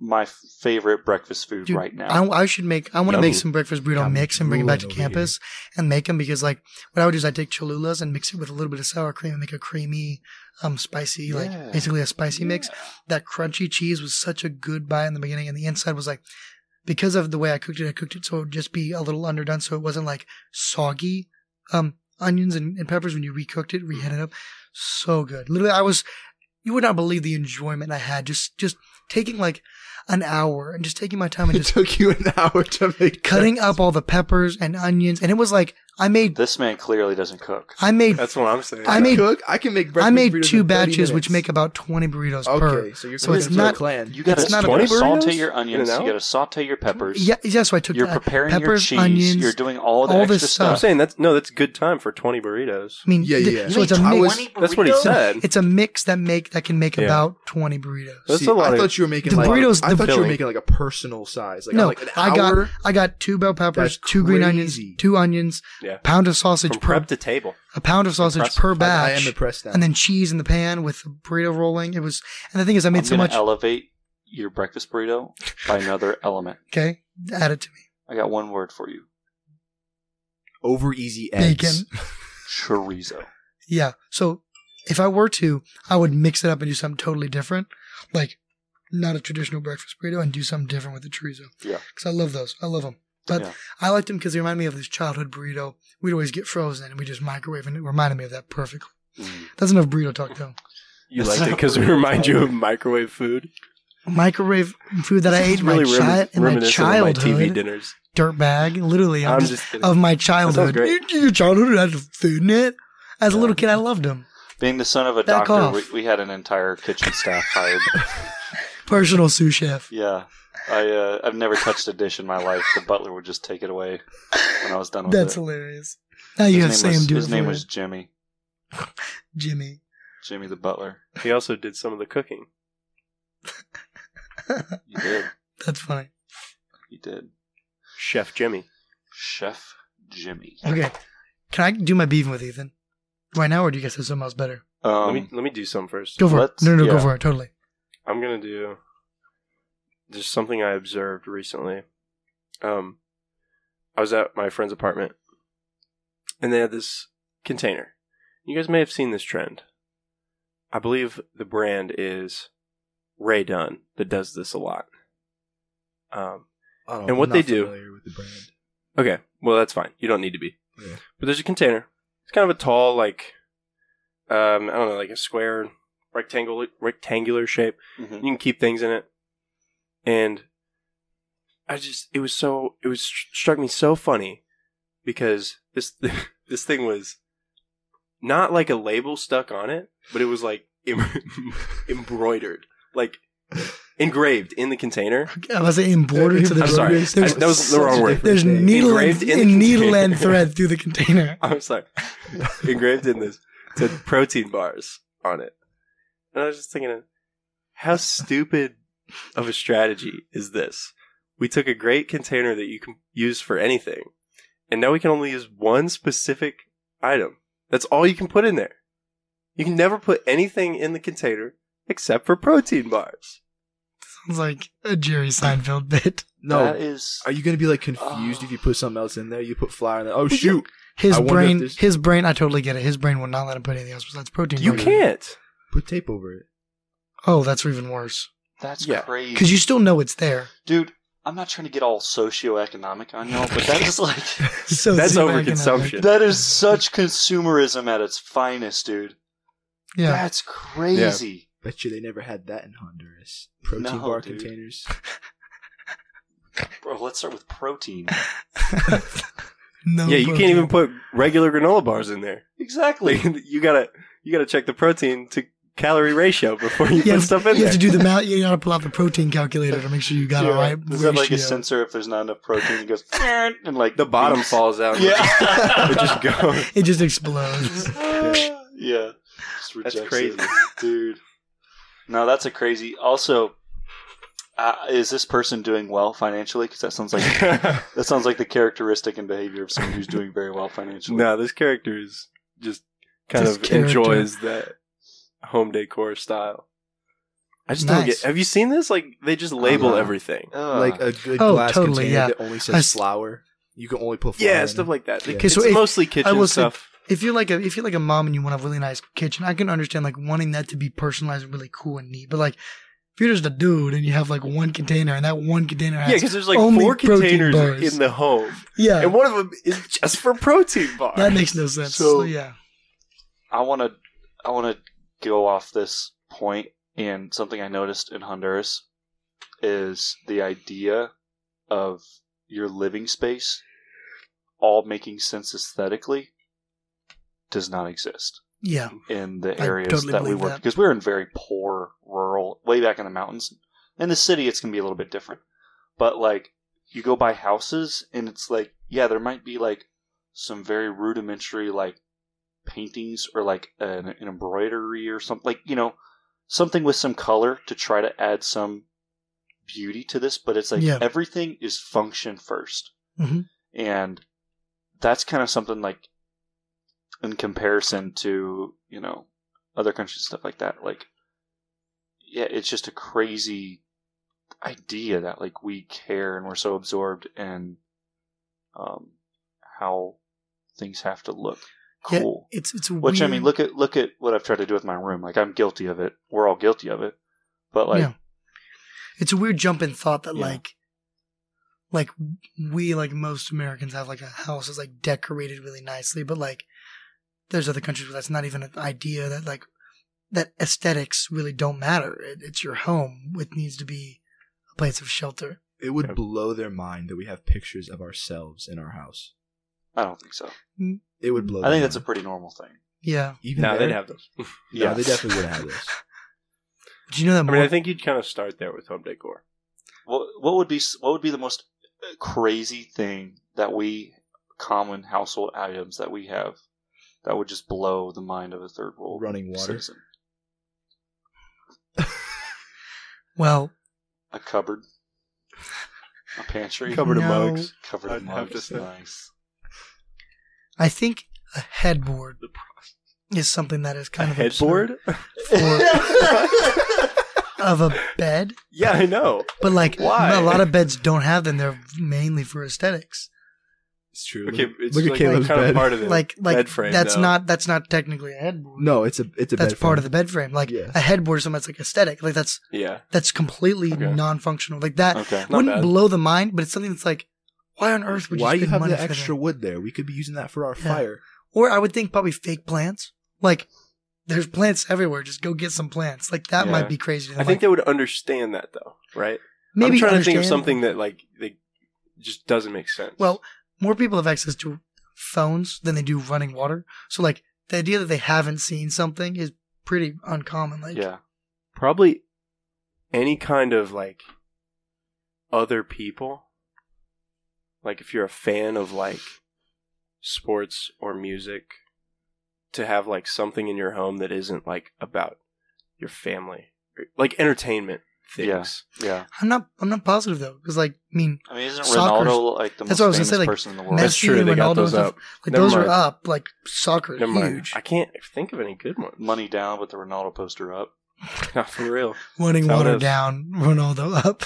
Speaker 4: my f- favorite breakfast food
Speaker 2: Dude,
Speaker 4: right now.
Speaker 2: I, I should make. I want to
Speaker 3: Yummy.
Speaker 2: make some breakfast burrito
Speaker 1: Got me
Speaker 2: mix and bring it back to
Speaker 1: drooling over
Speaker 2: campus and make them because like what I would do is I take Cholulas and mix it with a little bit of sour cream and make a creamy, um, spicy
Speaker 4: Yeah.
Speaker 2: like basically a spicy mix. That crunchy cheese was such a good buy in the beginning and the inside was like because of the way I cooked it, I cooked it so it would just be a little underdone so it wasn't like soggy. Um, onions and, and peppers when you recooked it, reheated up, so good. Literally, I was you would not believe the enjoyment I had just just taking like an hour and just taking my time and
Speaker 1: It
Speaker 2: just
Speaker 1: took you an hour to make
Speaker 2: cutting up all the peppers and onions, and it was like I made
Speaker 4: This man clearly doesn't cook.
Speaker 2: I made
Speaker 3: That's what I'm saying.
Speaker 2: I made
Speaker 1: cook. I can make breakfast.
Speaker 2: I made
Speaker 1: burritos
Speaker 2: two
Speaker 1: in 30
Speaker 2: batches, which make
Speaker 1: minutes.
Speaker 2: about twenty burritos per.
Speaker 1: okay. So you're
Speaker 2: so
Speaker 1: cooking
Speaker 2: it's
Speaker 1: for the
Speaker 2: not-
Speaker 1: clan.
Speaker 4: You got to
Speaker 2: It's not a-
Speaker 4: saute
Speaker 3: burritos
Speaker 4: your
Speaker 3: in an
Speaker 4: onions. You
Speaker 3: hour?
Speaker 4: got to saute your peppers.
Speaker 2: Yeah, yeah. So I took
Speaker 4: You're
Speaker 2: that.
Speaker 4: preparing your
Speaker 2: peppers,
Speaker 4: cheese.
Speaker 2: onions,
Speaker 4: you're doing all the
Speaker 2: all
Speaker 4: extra
Speaker 2: this
Speaker 3: I'm
Speaker 4: stuff.
Speaker 2: stuff.
Speaker 3: saying that's no, that's good time for 20 burritos.
Speaker 2: I mean,
Speaker 1: Yeah,
Speaker 2: th-
Speaker 1: yeah, yeah.
Speaker 2: So it's a
Speaker 1: I was-
Speaker 2: mix.
Speaker 3: That's what he said.
Speaker 2: It's a mix that make that can make
Speaker 3: Yeah.
Speaker 2: about twenty burritos.
Speaker 3: That's
Speaker 1: See,
Speaker 3: a lot
Speaker 1: I
Speaker 3: of-
Speaker 1: thought you were making
Speaker 2: The
Speaker 1: like
Speaker 2: burritos-
Speaker 1: I
Speaker 2: the
Speaker 1: thought you were
Speaker 3: filling.
Speaker 1: making like a personal size. Like,
Speaker 2: no,
Speaker 1: like an
Speaker 2: I
Speaker 1: hour.
Speaker 2: got I got two bell peppers,
Speaker 1: That's
Speaker 2: two green onions,
Speaker 1: crazy.
Speaker 2: two onions,
Speaker 3: Yeah.
Speaker 2: pound of sausage
Speaker 3: From
Speaker 2: per
Speaker 3: prep to table.
Speaker 2: a pound of sausage
Speaker 3: Impressive.
Speaker 2: per
Speaker 1: I- I,
Speaker 2: batch,
Speaker 1: am impressed now.
Speaker 2: and then cheese in the pan with the burrito rolling. It was, and the thing is, I made
Speaker 4: I'm
Speaker 2: so
Speaker 4: gonna
Speaker 2: much.
Speaker 4: elevate your breakfast burrito by another element.
Speaker 2: okay, add it to me.
Speaker 4: I got one word for you:
Speaker 1: over easy
Speaker 2: Bacon.
Speaker 1: eggs.
Speaker 4: chorizo.
Speaker 2: Yeah. So if I were to, I would mix it up and do something totally different, like not a traditional breakfast burrito, and do something different with the chorizo.
Speaker 4: Yeah.
Speaker 2: Because I love those. I love them. But
Speaker 4: Yeah.
Speaker 2: I liked them because they remind me of this childhood burrito we'd always get frozen and we just microwave, and it reminded me of that perfectly.
Speaker 4: Mm.
Speaker 2: That's enough burrito talk though.
Speaker 3: You
Speaker 1: That's
Speaker 3: liked it
Speaker 1: not
Speaker 3: because we
Speaker 1: burrito
Speaker 3: remind you
Speaker 1: time.
Speaker 3: of microwave food.
Speaker 2: Microwave food that I
Speaker 3: This
Speaker 2: ate
Speaker 3: is
Speaker 2: in my,
Speaker 3: remi-
Speaker 2: chi- in my
Speaker 3: reminiscent
Speaker 2: childhood.
Speaker 3: Of my TV dinners.
Speaker 2: dirt bag. Literally, I'm,
Speaker 3: I'm
Speaker 2: just,
Speaker 3: just kidding.
Speaker 2: of my childhood.
Speaker 3: great.
Speaker 2: Your childhood had food in it. As a
Speaker 4: Yeah.
Speaker 2: little kid, I loved them.
Speaker 4: Being the son of a
Speaker 2: Back
Speaker 4: doctor,
Speaker 2: off.
Speaker 4: we, we had an entire kitchen staff hired.
Speaker 2: Personal sous chef.
Speaker 4: yeah, I uh, I've never touched a dish in my life. The butler would just take it away when I was done with
Speaker 2: That's
Speaker 4: it.
Speaker 2: hilarious. Now you have
Speaker 4: his name,
Speaker 2: Sam
Speaker 4: was,
Speaker 2: do it
Speaker 4: his name
Speaker 2: for
Speaker 4: was
Speaker 2: you.
Speaker 4: Jimmy.
Speaker 2: Jimmy.
Speaker 4: Jimmy the butler.
Speaker 3: He also did some of the cooking.
Speaker 4: You did.
Speaker 2: That's funny.
Speaker 4: You did.
Speaker 3: Chef Jimmy.
Speaker 4: Chef Jimmy.
Speaker 2: Okay, can I do my beefing with Ethan right now, or do you guys have something else better?
Speaker 4: Um,
Speaker 3: let me let me do some first.
Speaker 2: Go for it.
Speaker 4: let's-
Speaker 2: No, no, no,
Speaker 4: yeah.
Speaker 2: go for it. Totally.
Speaker 3: I'm gonna do just something I observed recently. Um, I was at my friend's apartment, and they had this container. You guys may have seen this trend. I believe the brand is Ray Dunn that does this a lot. Um,
Speaker 1: I don't-
Speaker 3: And what
Speaker 1: Oh, I'm
Speaker 3: they
Speaker 1: not
Speaker 3: do-
Speaker 1: familiar with the brand.
Speaker 3: okay, well that's fine. You don't need to be.
Speaker 1: Yeah.
Speaker 3: But there's a container. It's kind of a tall, like, um, I don't know, like a square, rectangular, rectangular shape.
Speaker 4: Mhm.
Speaker 3: you can keep things in it and i just it was so it was struck me so funny because this this thing was not like a label stuck on it but it was like em- embroidered like engraved in the container
Speaker 2: I was embroidered to the.
Speaker 3: I'm sorry.
Speaker 2: There's, there's,
Speaker 3: I- that was the wrong word.
Speaker 2: there's needle and,
Speaker 3: Engraved in the
Speaker 2: and needle and
Speaker 3: container.
Speaker 2: thread through the container.
Speaker 3: i was like engraved in this it said protein bars on it and i was just thinking how stupid of a strategy is this we took a great container that you can use for anything and now we can only use one specific item that's all you can put in there you can never put anything in the container except for protein bars
Speaker 2: Sounds like a Jerry Seinfeld bit.
Speaker 4: That
Speaker 1: No,
Speaker 4: is.
Speaker 1: are you gonna be like confused
Speaker 4: Oh.
Speaker 1: if you put something else in there? You put flour in there. Oh
Speaker 2: Well,
Speaker 1: shoot,
Speaker 2: His
Speaker 1: I wonder if
Speaker 2: brain,
Speaker 1: this-
Speaker 2: his brain. I totally get it. His brain will not let him put anything else besides protein.
Speaker 3: you
Speaker 2: powder.
Speaker 3: can't
Speaker 1: put tape over it.
Speaker 2: Oh, that's even worse.
Speaker 4: That's
Speaker 3: Yeah.
Speaker 4: crazy.
Speaker 2: Because you still know it's there.
Speaker 4: Dude, I'm not trying to get all socioeconomic on y'all, but that is like
Speaker 2: So
Speaker 3: That's
Speaker 2: super
Speaker 3: overconsumption.
Speaker 2: economic.
Speaker 4: that is such consumerism at its finest, dude.
Speaker 2: Yeah.
Speaker 4: That's crazy.
Speaker 1: Bet you they never had that in Honduras. Protein
Speaker 4: No,
Speaker 1: bar
Speaker 4: dude.
Speaker 1: containers.
Speaker 4: Bro, let's start with protein.
Speaker 2: no
Speaker 3: yeah you can't
Speaker 2: protein.
Speaker 3: even put regular granola bars in there
Speaker 4: exactly.
Speaker 3: like you gotta you gotta check the protein to calorie ratio before you
Speaker 2: You
Speaker 3: put
Speaker 2: have-
Speaker 3: stuff in
Speaker 2: You have
Speaker 3: there
Speaker 2: to do the math. You gotta pull out the protein calculator to make sure you got
Speaker 4: Yeah.
Speaker 2: it right.
Speaker 4: Is that like a
Speaker 2: ratio.
Speaker 4: sensor if there's not enough protein? It goes and like
Speaker 3: the bottom
Speaker 4: beeps.
Speaker 3: falls out and
Speaker 4: Yeah.
Speaker 3: it just goes
Speaker 2: It just explodes.
Speaker 4: yeah. Just
Speaker 3: That's
Speaker 4: rejects
Speaker 3: crazy.
Speaker 4: it. Dude. No, that's a crazy. Also, uh, is this person doing well financially? Because that sounds like that sounds like the characteristic and behavior of someone who's doing very well financially.
Speaker 3: no this character is just kind
Speaker 2: This
Speaker 3: of
Speaker 2: character.
Speaker 3: enjoys that home decor style I just don't
Speaker 2: Nice.
Speaker 3: get. Have you seen this? Like they just label
Speaker 4: Uh-huh.
Speaker 3: everything.
Speaker 1: like a good
Speaker 2: Oh,
Speaker 1: glass
Speaker 2: totally,
Speaker 1: container
Speaker 2: yeah.
Speaker 1: that only says
Speaker 2: I s-
Speaker 1: flour. You can only put flour.
Speaker 3: Yeah,
Speaker 1: in
Speaker 3: stuff
Speaker 1: it.
Speaker 3: like that. Like,
Speaker 1: Okay,
Speaker 2: so
Speaker 3: it's
Speaker 2: if-
Speaker 3: mostly kitchen
Speaker 2: will say-
Speaker 3: stuff.
Speaker 2: If you're like a if you're like a mom and you want a really nice kitchen, I can understand like wanting that to be personalized and really cool and neat. But like if you're just a dude and you have like one container and that one container
Speaker 3: Yeah,
Speaker 2: has
Speaker 3: because there's like
Speaker 2: only
Speaker 3: four
Speaker 2: protein
Speaker 3: containers
Speaker 2: bars.
Speaker 3: in the home,
Speaker 2: yeah,
Speaker 3: and one of them is just for protein bars.
Speaker 2: that makes no sense.
Speaker 4: So-
Speaker 2: So, yeah,
Speaker 4: I want to I want to go off this point and something I noticed in Honduras is the idea of your living space all making sense aesthetically does not exist
Speaker 2: yeah,
Speaker 4: in the
Speaker 2: I
Speaker 4: areas
Speaker 2: totally
Speaker 4: that we
Speaker 2: believe
Speaker 4: work
Speaker 2: that.
Speaker 4: because we're in very poor rural way back in the mountains in the city it's going to be a little bit different but like you go by houses and it's like yeah there might be like some very rudimentary like paintings or like an, an embroidery or something like you know something with some color to try to add some beauty to this but it's like
Speaker 2: Yeah.
Speaker 4: everything is function 1st
Speaker 2: Mhm.
Speaker 4: and that's kind of something like in comparison to you know other countries and stuff like that like yeah it's just a crazy idea that like we care and we're so absorbed in um how things have to look
Speaker 2: Yeah,
Speaker 4: cool
Speaker 2: it's it's
Speaker 4: which i
Speaker 2: weird.
Speaker 4: mean look at look at what i've tried to do with my room like i'm guilty of it we're all guilty of it but like
Speaker 2: Yeah. it's a weird jump in thought that
Speaker 4: Yeah.
Speaker 2: like like we like most Americans have like a house that's like decorated really nicely, but like there's other countries where that's not even an idea that like that aesthetics really don't matter. It, it's your home. It needs to be a place of shelter.
Speaker 1: It would
Speaker 4: Yeah.
Speaker 1: blow their mind that we have pictures of ourselves in our house.
Speaker 4: i don't think so
Speaker 1: It would blow.
Speaker 4: i
Speaker 1: their
Speaker 4: think that's a
Speaker 1: mind.
Speaker 4: pretty normal thing
Speaker 2: Yeah.
Speaker 1: even
Speaker 3: No,
Speaker 1: there-
Speaker 3: they'd have those.
Speaker 1: No,
Speaker 4: yeah
Speaker 1: they definitely would have this.
Speaker 2: Do you know that
Speaker 3: I
Speaker 2: more?
Speaker 3: mean, I think you'd kind of start there with home decor.
Speaker 4: What what would be what would be the most uh, crazy thing that we common household items that we have that would just blow the mind of a third world
Speaker 1: Running water.
Speaker 4: citizen?
Speaker 2: well,
Speaker 4: A cupboard, a pantry,
Speaker 2: Cupboard of No. mugs.
Speaker 4: covered in
Speaker 3: I'd have to
Speaker 4: mugs.
Speaker 3: say.
Speaker 4: Nice.
Speaker 2: I think a headboard is something that is kind
Speaker 3: a
Speaker 2: of
Speaker 3: headboard?
Speaker 2: absurd for, of a bed.
Speaker 3: yeah, I know.
Speaker 2: But like
Speaker 3: Why?
Speaker 2: a lot of beds don't have them. They're mainly for aesthetics.
Speaker 1: It's true.
Speaker 3: Okay,
Speaker 1: look,
Speaker 3: it's
Speaker 1: look
Speaker 3: like
Speaker 1: at Caleb's
Speaker 3: kind
Speaker 1: bed.
Speaker 3: of part of the
Speaker 2: like like
Speaker 3: bed frame.
Speaker 2: that's
Speaker 3: though.
Speaker 2: not that's not technically a headboard.
Speaker 1: no, it's a it's a.
Speaker 2: that's
Speaker 1: bed
Speaker 2: part
Speaker 1: frame.
Speaker 2: of the bed frame. Like
Speaker 1: Yeah.
Speaker 2: a headboard is something that's like aesthetic. Like that's
Speaker 3: Yeah,
Speaker 2: that's completely
Speaker 3: Okay. Uh,
Speaker 2: non-functional. Like that
Speaker 4: Okay.
Speaker 3: Not
Speaker 2: wouldn't
Speaker 3: bad.
Speaker 2: blow the mind, but it's something that's like, why on earth would you
Speaker 1: Why
Speaker 2: spend
Speaker 1: you have
Speaker 2: money
Speaker 1: the
Speaker 2: for
Speaker 1: extra
Speaker 2: That?
Speaker 1: wood there? We could be using that for our
Speaker 2: Yeah.
Speaker 1: fire.
Speaker 2: Or I would think probably fake plants. Like there's plants everywhere. Just go get some plants. Like that
Speaker 4: Yeah.
Speaker 2: might be crazy. To them.
Speaker 3: I think
Speaker 2: like,
Speaker 3: they would understand that though, right?
Speaker 2: maybe
Speaker 3: I'm trying to think of
Speaker 2: understand-
Speaker 3: something that like they just doesn't make sense.
Speaker 2: Well, more people have access to phones than they do running water. So like the idea that they haven't seen something is pretty uncommon. Like
Speaker 4: yeah.
Speaker 3: probably any kind of like other people. Like if you're a fan of like sports or music, to have like something in your home that isn't like about your family, like entertainment things.
Speaker 4: Yeah. Yeah.
Speaker 2: I'm not. I'm not positive though, because like, I mean,
Speaker 4: I mean, isn't
Speaker 2: Soccer's-
Speaker 4: Ronaldo like the
Speaker 2: that's
Speaker 4: most
Speaker 2: what I was gonna
Speaker 4: famous
Speaker 2: say, like,
Speaker 4: person in the world?
Speaker 2: Messi-
Speaker 3: That's true. They got
Speaker 2: Ronaldo
Speaker 3: those
Speaker 2: and
Speaker 3: up.
Speaker 2: like
Speaker 3: Never
Speaker 2: those
Speaker 3: mind.
Speaker 2: are up. Like soccer, is
Speaker 3: Never mind.
Speaker 2: huge.
Speaker 3: I can't think of any good ones.
Speaker 4: Money down with the Ronaldo poster up.
Speaker 3: Not for real.
Speaker 2: Running
Speaker 3: That's how it
Speaker 2: water
Speaker 3: is.
Speaker 2: down, Ronaldo up.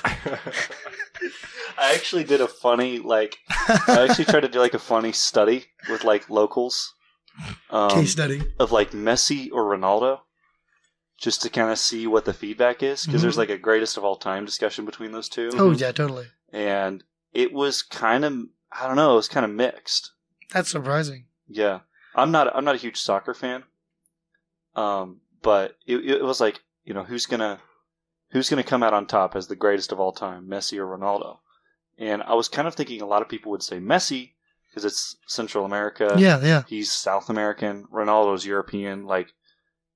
Speaker 4: I actually did a funny like I actually tried to do like a funny study with like locals. Um,
Speaker 2: Case study.
Speaker 4: of like Messi or Ronaldo, just to kind of see what the feedback is, because
Speaker 2: Mhm.
Speaker 4: there's like a greatest of all time discussion between those two,
Speaker 2: Oh yeah, totally.
Speaker 4: and it was kind of I don't know, it was kind of mixed.
Speaker 2: That's surprising.
Speaker 4: Yeah, I'm not I'm not a huge soccer fan, um, but it, it was like you know who's gonna who's gonna come out on top as the greatest of all time, Messi or Ronaldo, and I was kind of thinking a lot of people would say Messi because it's Central America,
Speaker 2: yeah, yeah.
Speaker 4: he's South American. Ronaldo's European. Like,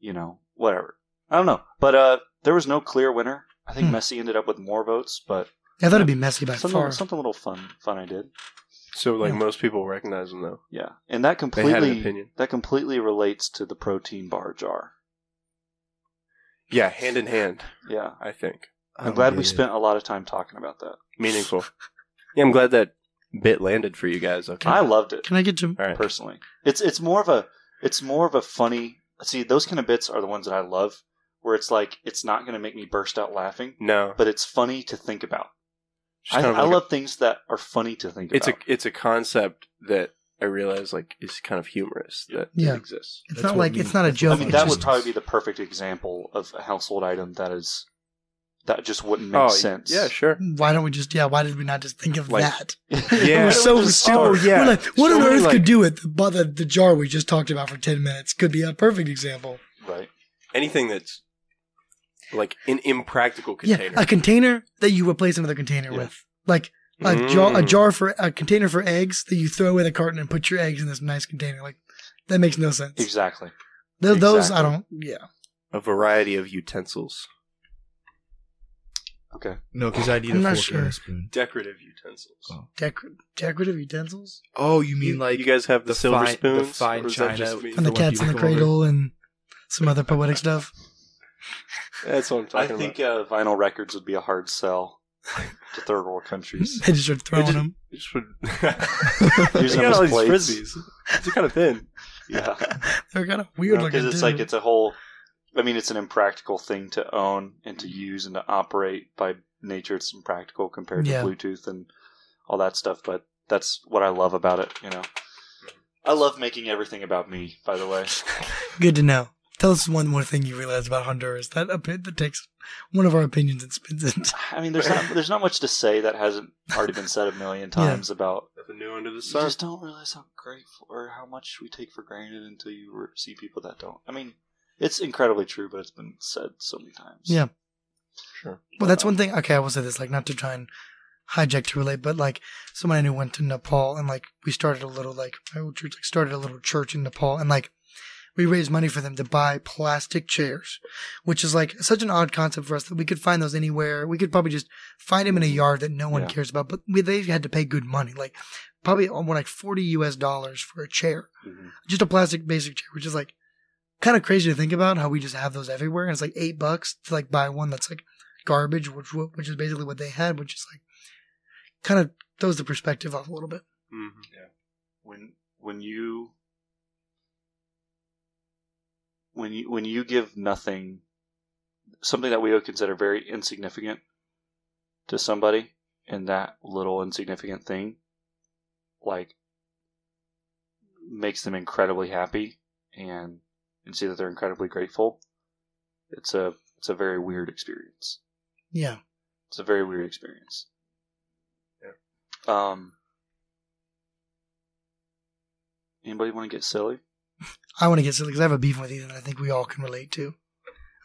Speaker 4: you know, whatever. I don't know. But uh, there was no clear winner. I think
Speaker 2: Hmm.
Speaker 4: Messi ended up with more votes, but
Speaker 2: I thought it'd be messy by
Speaker 4: something,
Speaker 2: far.
Speaker 4: something a little fun, fun I did.
Speaker 3: So like
Speaker 2: Yeah.
Speaker 3: most people recognize them though.
Speaker 4: Yeah, and that
Speaker 3: They had an
Speaker 4: completely
Speaker 3: opinion.
Speaker 4: that completely relates to the protein bar jar.
Speaker 3: Yeah, hand in hand,
Speaker 4: Yeah,
Speaker 3: I think.
Speaker 1: I
Speaker 4: I'm
Speaker 1: don't
Speaker 4: glad
Speaker 1: get
Speaker 4: we
Speaker 1: it.
Speaker 4: spent a lot of time talking about that.
Speaker 3: Meaningful. Yeah, I'm glad that bit landed for you guys. Okay.
Speaker 4: I loved it
Speaker 2: Can I get to?
Speaker 3: All right.
Speaker 4: personally. It's it's more of a it's more of a funny. See, those kind of bits are the ones that I love where it's like it's not going to make me burst out laughing,
Speaker 3: No,
Speaker 4: but it's funny to think about.
Speaker 3: Just
Speaker 4: I,
Speaker 3: kind of
Speaker 4: I
Speaker 3: like a-
Speaker 4: love things that are funny to think
Speaker 3: it's a
Speaker 4: about.
Speaker 3: it's a concept that I realize like is kind of humorous that
Speaker 2: Yeah.
Speaker 3: it exists.
Speaker 2: It's
Speaker 1: That's
Speaker 2: not
Speaker 1: what
Speaker 2: like
Speaker 1: it
Speaker 2: it's
Speaker 1: means.
Speaker 2: not a
Speaker 1: That's what
Speaker 2: joke.
Speaker 1: it
Speaker 4: I mean,
Speaker 2: it's
Speaker 1: means.
Speaker 4: that
Speaker 2: just-
Speaker 4: would probably be the perfect example of a household item that is that just wouldn't make
Speaker 3: oh
Speaker 4: sense.
Speaker 3: yeah, sure.
Speaker 2: Why don't we just? Yeah, why did we not just think of
Speaker 3: Like-
Speaker 2: that?
Speaker 3: Yeah.
Speaker 2: We're so
Speaker 4: Oh,
Speaker 2: stupid.
Speaker 3: yeah.
Speaker 2: We're like, what
Speaker 3: So
Speaker 2: on
Speaker 3: many,
Speaker 2: earth
Speaker 3: like-
Speaker 2: could do it? But the, the jar we just talked about for ten minutes could be a perfect example.
Speaker 4: Right.
Speaker 3: Anything that's like an impractical container.
Speaker 2: Yeah, a container that you replace another container
Speaker 4: Yeah.
Speaker 2: with, like a jar, a
Speaker 3: Mm.
Speaker 2: jar for a container for eggs that you throw in a carton and put your eggs in this nice container. Like that makes no sense.
Speaker 4: Exactly.
Speaker 2: Th- Those I
Speaker 4: exactly.
Speaker 2: don't. Yeah,
Speaker 3: a variety of utensils,
Speaker 4: Okay.
Speaker 1: No, because I need
Speaker 2: I'm
Speaker 1: a fork
Speaker 2: not
Speaker 1: and
Speaker 2: sure.
Speaker 1: a spoon.
Speaker 3: decorative utensils.
Speaker 1: Oh.
Speaker 2: Decor- decorative utensils
Speaker 1: Oh, you mean
Speaker 3: you,
Speaker 1: like
Speaker 3: you guys have the,
Speaker 1: the
Speaker 3: silver
Speaker 1: fine- the
Speaker 3: spoons,
Speaker 1: fine
Speaker 3: or is that
Speaker 1: china
Speaker 3: just me?
Speaker 1: with
Speaker 2: and the,
Speaker 1: The one
Speaker 2: cats in the
Speaker 1: people over-
Speaker 2: cradle and some other poetic stuff.
Speaker 3: That's what I'm
Speaker 4: I
Speaker 3: talking
Speaker 4: think
Speaker 3: about.
Speaker 4: uh, vinyl records would be a hard sell to third world countries.
Speaker 2: They just start throwing
Speaker 3: just-
Speaker 2: them.
Speaker 3: It just would.
Speaker 4: Use
Speaker 3: you
Speaker 4: them
Speaker 3: got
Speaker 4: as
Speaker 3: all these
Speaker 4: plates.
Speaker 3: frisbees. It's kind of thin.
Speaker 4: yeah.
Speaker 2: They're kind of weird
Speaker 4: Because
Speaker 2: looking.
Speaker 4: it's
Speaker 2: too.
Speaker 4: like it's a whole. I mean, it's an impractical thing to own and to use and to operate. By nature, it's impractical compared
Speaker 2: Yeah.
Speaker 4: to Bluetooth and all that stuff. But that's what I love about it. You know, I love making everything about me. By the way,
Speaker 2: Good to know. Tell us one more thing you realized about Honduras that opi- that takes one of our opinions and spins it.
Speaker 4: I mean, there's not there's not much to say that hasn't already been said a million times about.
Speaker 3: Nothing new under the
Speaker 4: You
Speaker 3: sun.
Speaker 4: just don't realize how grateful or how much we take for granted until you re- see people that don't. I mean, it's incredibly true, but it's been said so many times. um,
Speaker 2: Yeah.
Speaker 3: Sure.
Speaker 2: Well, that's one thing. Okay, I will say this, like, not to try and hijack to relate, but like, someone I knew went to Nepal and like we started a little like my old church like started a little church in Nepal and like we raised money for them to buy plastic chairs, which is like such an odd concept for us that we could find those anywhere. We could probably just find them in a yard that no one
Speaker 4: Yeah.
Speaker 2: cares about, but we, they had to pay good money, like probably uh, more like forty U.S. dollars for a chair.
Speaker 4: Mhm.
Speaker 2: just a plastic basic chair, which is like kind of crazy to think about how we just have those everywhere. And it's like eight bucks to like buy one that's like garbage, which w- which is basically what they had, which is like kind of throws the perspective off a little bit.
Speaker 3: Mm-hmm.
Speaker 4: when when you when you when you give nothing something that we would consider very insignificant to somebody and that little insignificant thing like makes them incredibly happy and and see that they're incredibly grateful it's a it's a very weird experience
Speaker 2: Yeah,
Speaker 4: it's a very weird experience.
Speaker 3: Yeah.
Speaker 4: Um. Anybody want to get silly?
Speaker 2: I want to get silly because I have a beef with Ethan. that I think we all can relate to,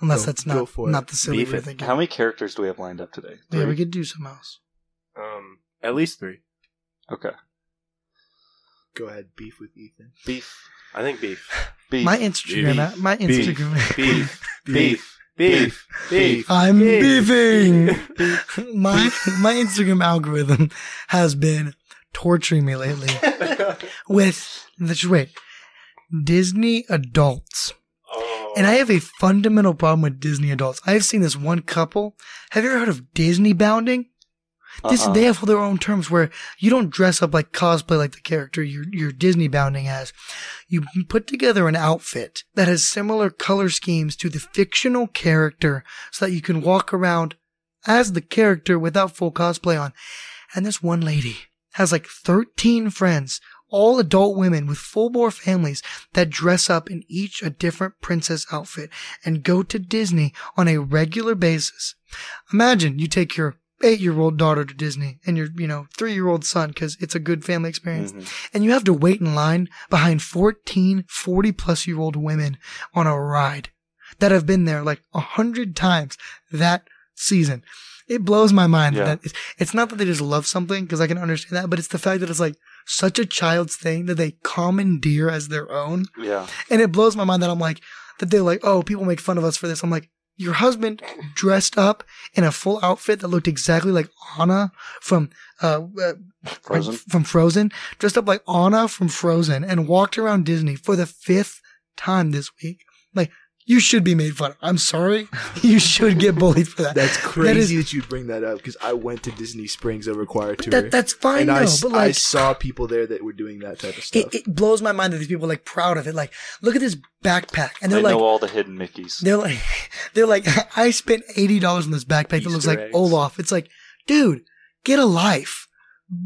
Speaker 2: unless
Speaker 1: Go-
Speaker 2: that's
Speaker 1: go
Speaker 2: not
Speaker 1: for it.
Speaker 2: not the silly
Speaker 3: Beef
Speaker 2: we're
Speaker 3: it.
Speaker 2: thinking.
Speaker 4: How many characters do we have lined up today?
Speaker 2: yeah,
Speaker 4: Three?
Speaker 2: we could do something else.
Speaker 3: Um, at least three.
Speaker 4: Okay.
Speaker 1: Go ahead, beef with Ethan.
Speaker 4: Beef.
Speaker 3: I think beef.
Speaker 4: Beef.
Speaker 2: My Instagram, app- my
Speaker 3: Beef.
Speaker 2: Instagram.
Speaker 3: Beef. Beef. Beef. Beef.
Speaker 2: I'm
Speaker 3: Beef.
Speaker 2: beefing. my my Instagram algorithm has been torturing me lately. with this wait Disney adults.
Speaker 3: oh.
Speaker 2: And I have a fundamental problem with Disney adults. I have seen this one couple. Have you ever heard of Disney bounding? This
Speaker 4: Uh-uh.
Speaker 2: they have their own terms where you don't dress up like cosplay like the character you're you're Disney bounding as. You put together an outfit that has similar color schemes to the fictional character so that you can walk around as the character without full cosplay on. And this one lady has like 13 friends, all adult women with full bore families that dress up in each a different princess outfit and go to Disney on a regular basis. Imagine you take your eight year old daughter to Disney and your, you know, three year old son because it's a good family experience
Speaker 4: Mhm.
Speaker 2: and you have to wait in line behind 14 40 plus year old women on a ride that have been there like a hundred times that season it blows my mind
Speaker 4: Yeah.
Speaker 2: that it's, it's not that they just love something because i can understand that but it's the fact that it's like such a child's thing that they commandeer as their own
Speaker 4: Yeah.
Speaker 2: and it blows my mind that i'm like that they're like oh people make fun of us for this i'm like your husband dressed up in a full outfit that looked exactly like anna from uh, uh
Speaker 4: Frozen.
Speaker 2: like, from Frozen, dressed up like Anna from Frozen, and walked around Disney for the fifth time this week. Like you should be made fun of. I'm sorry. You should get bullied for that.
Speaker 1: That's
Speaker 2: is-
Speaker 1: crazy that, you bring that up because I went to Disney Springs over choir
Speaker 2: But
Speaker 1: tour.
Speaker 2: that, that's fine
Speaker 1: and
Speaker 2: though.
Speaker 1: I, s-
Speaker 2: but
Speaker 1: I
Speaker 2: like,
Speaker 1: saw people there that were doing that type of stuff.
Speaker 2: it, it blows my mind that these people are like proud of it. Like, look at this backpack, and
Speaker 4: They
Speaker 2: they're like,
Speaker 4: know all the hidden Mickeys.
Speaker 2: they're like, they're like, I spent eighty dollars on this backpack that looks
Speaker 3: Easter
Speaker 2: like
Speaker 3: eggs.
Speaker 2: Olaf. It's like, dude, get a life,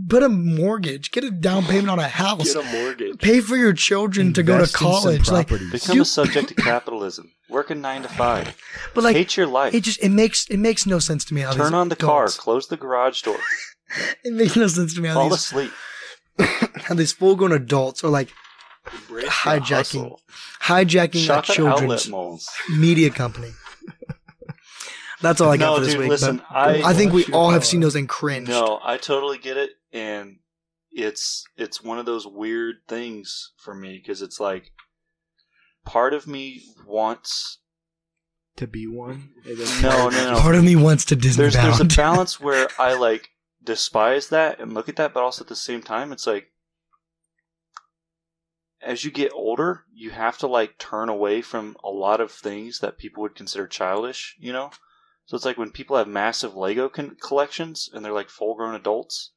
Speaker 2: put a mortgage, get a down payment on a house,
Speaker 3: Get a mortgage.
Speaker 2: pay for your children to go to
Speaker 1: Invest in some
Speaker 2: college. Like,
Speaker 1: properties.
Speaker 4: Become
Speaker 2: You-
Speaker 4: a subject to capitalism. Working nine to five.
Speaker 2: but like,
Speaker 4: Hate your life.
Speaker 2: it just it makes it makes no sense to me. How
Speaker 4: Turn
Speaker 2: these
Speaker 4: on the car.
Speaker 2: adults-
Speaker 4: Close the garage door.
Speaker 2: It makes no sense to me how
Speaker 4: Fall
Speaker 2: these,
Speaker 4: asleep.
Speaker 2: how these full grown adults are like
Speaker 4: Embrace the
Speaker 2: Hijacking.
Speaker 4: hustle.
Speaker 2: hijacking our
Speaker 4: Shop at outlet
Speaker 2: children's
Speaker 4: malls.
Speaker 2: media company. That's all I got
Speaker 4: No,
Speaker 2: for this
Speaker 4: dude,
Speaker 2: week.
Speaker 4: listen,
Speaker 2: but
Speaker 4: I-
Speaker 2: I think we
Speaker 1: Wash your
Speaker 2: all have
Speaker 1: car.
Speaker 2: seen those and cringed.
Speaker 4: No, I totally get it, and it's it's one of those weird things for me because it's like part of me wants
Speaker 1: to be one. and then-
Speaker 4: no, no, no.
Speaker 2: Part of me wants to Disney
Speaker 4: There's
Speaker 2: bound.
Speaker 4: there's a balance where I like despise that and look at that, but also at the same time, it's like as you get older, you have to like turn away from a lot of things that people would consider childish, you know. So it's like when people have massive Lego con- collections and they're like full-grown adults,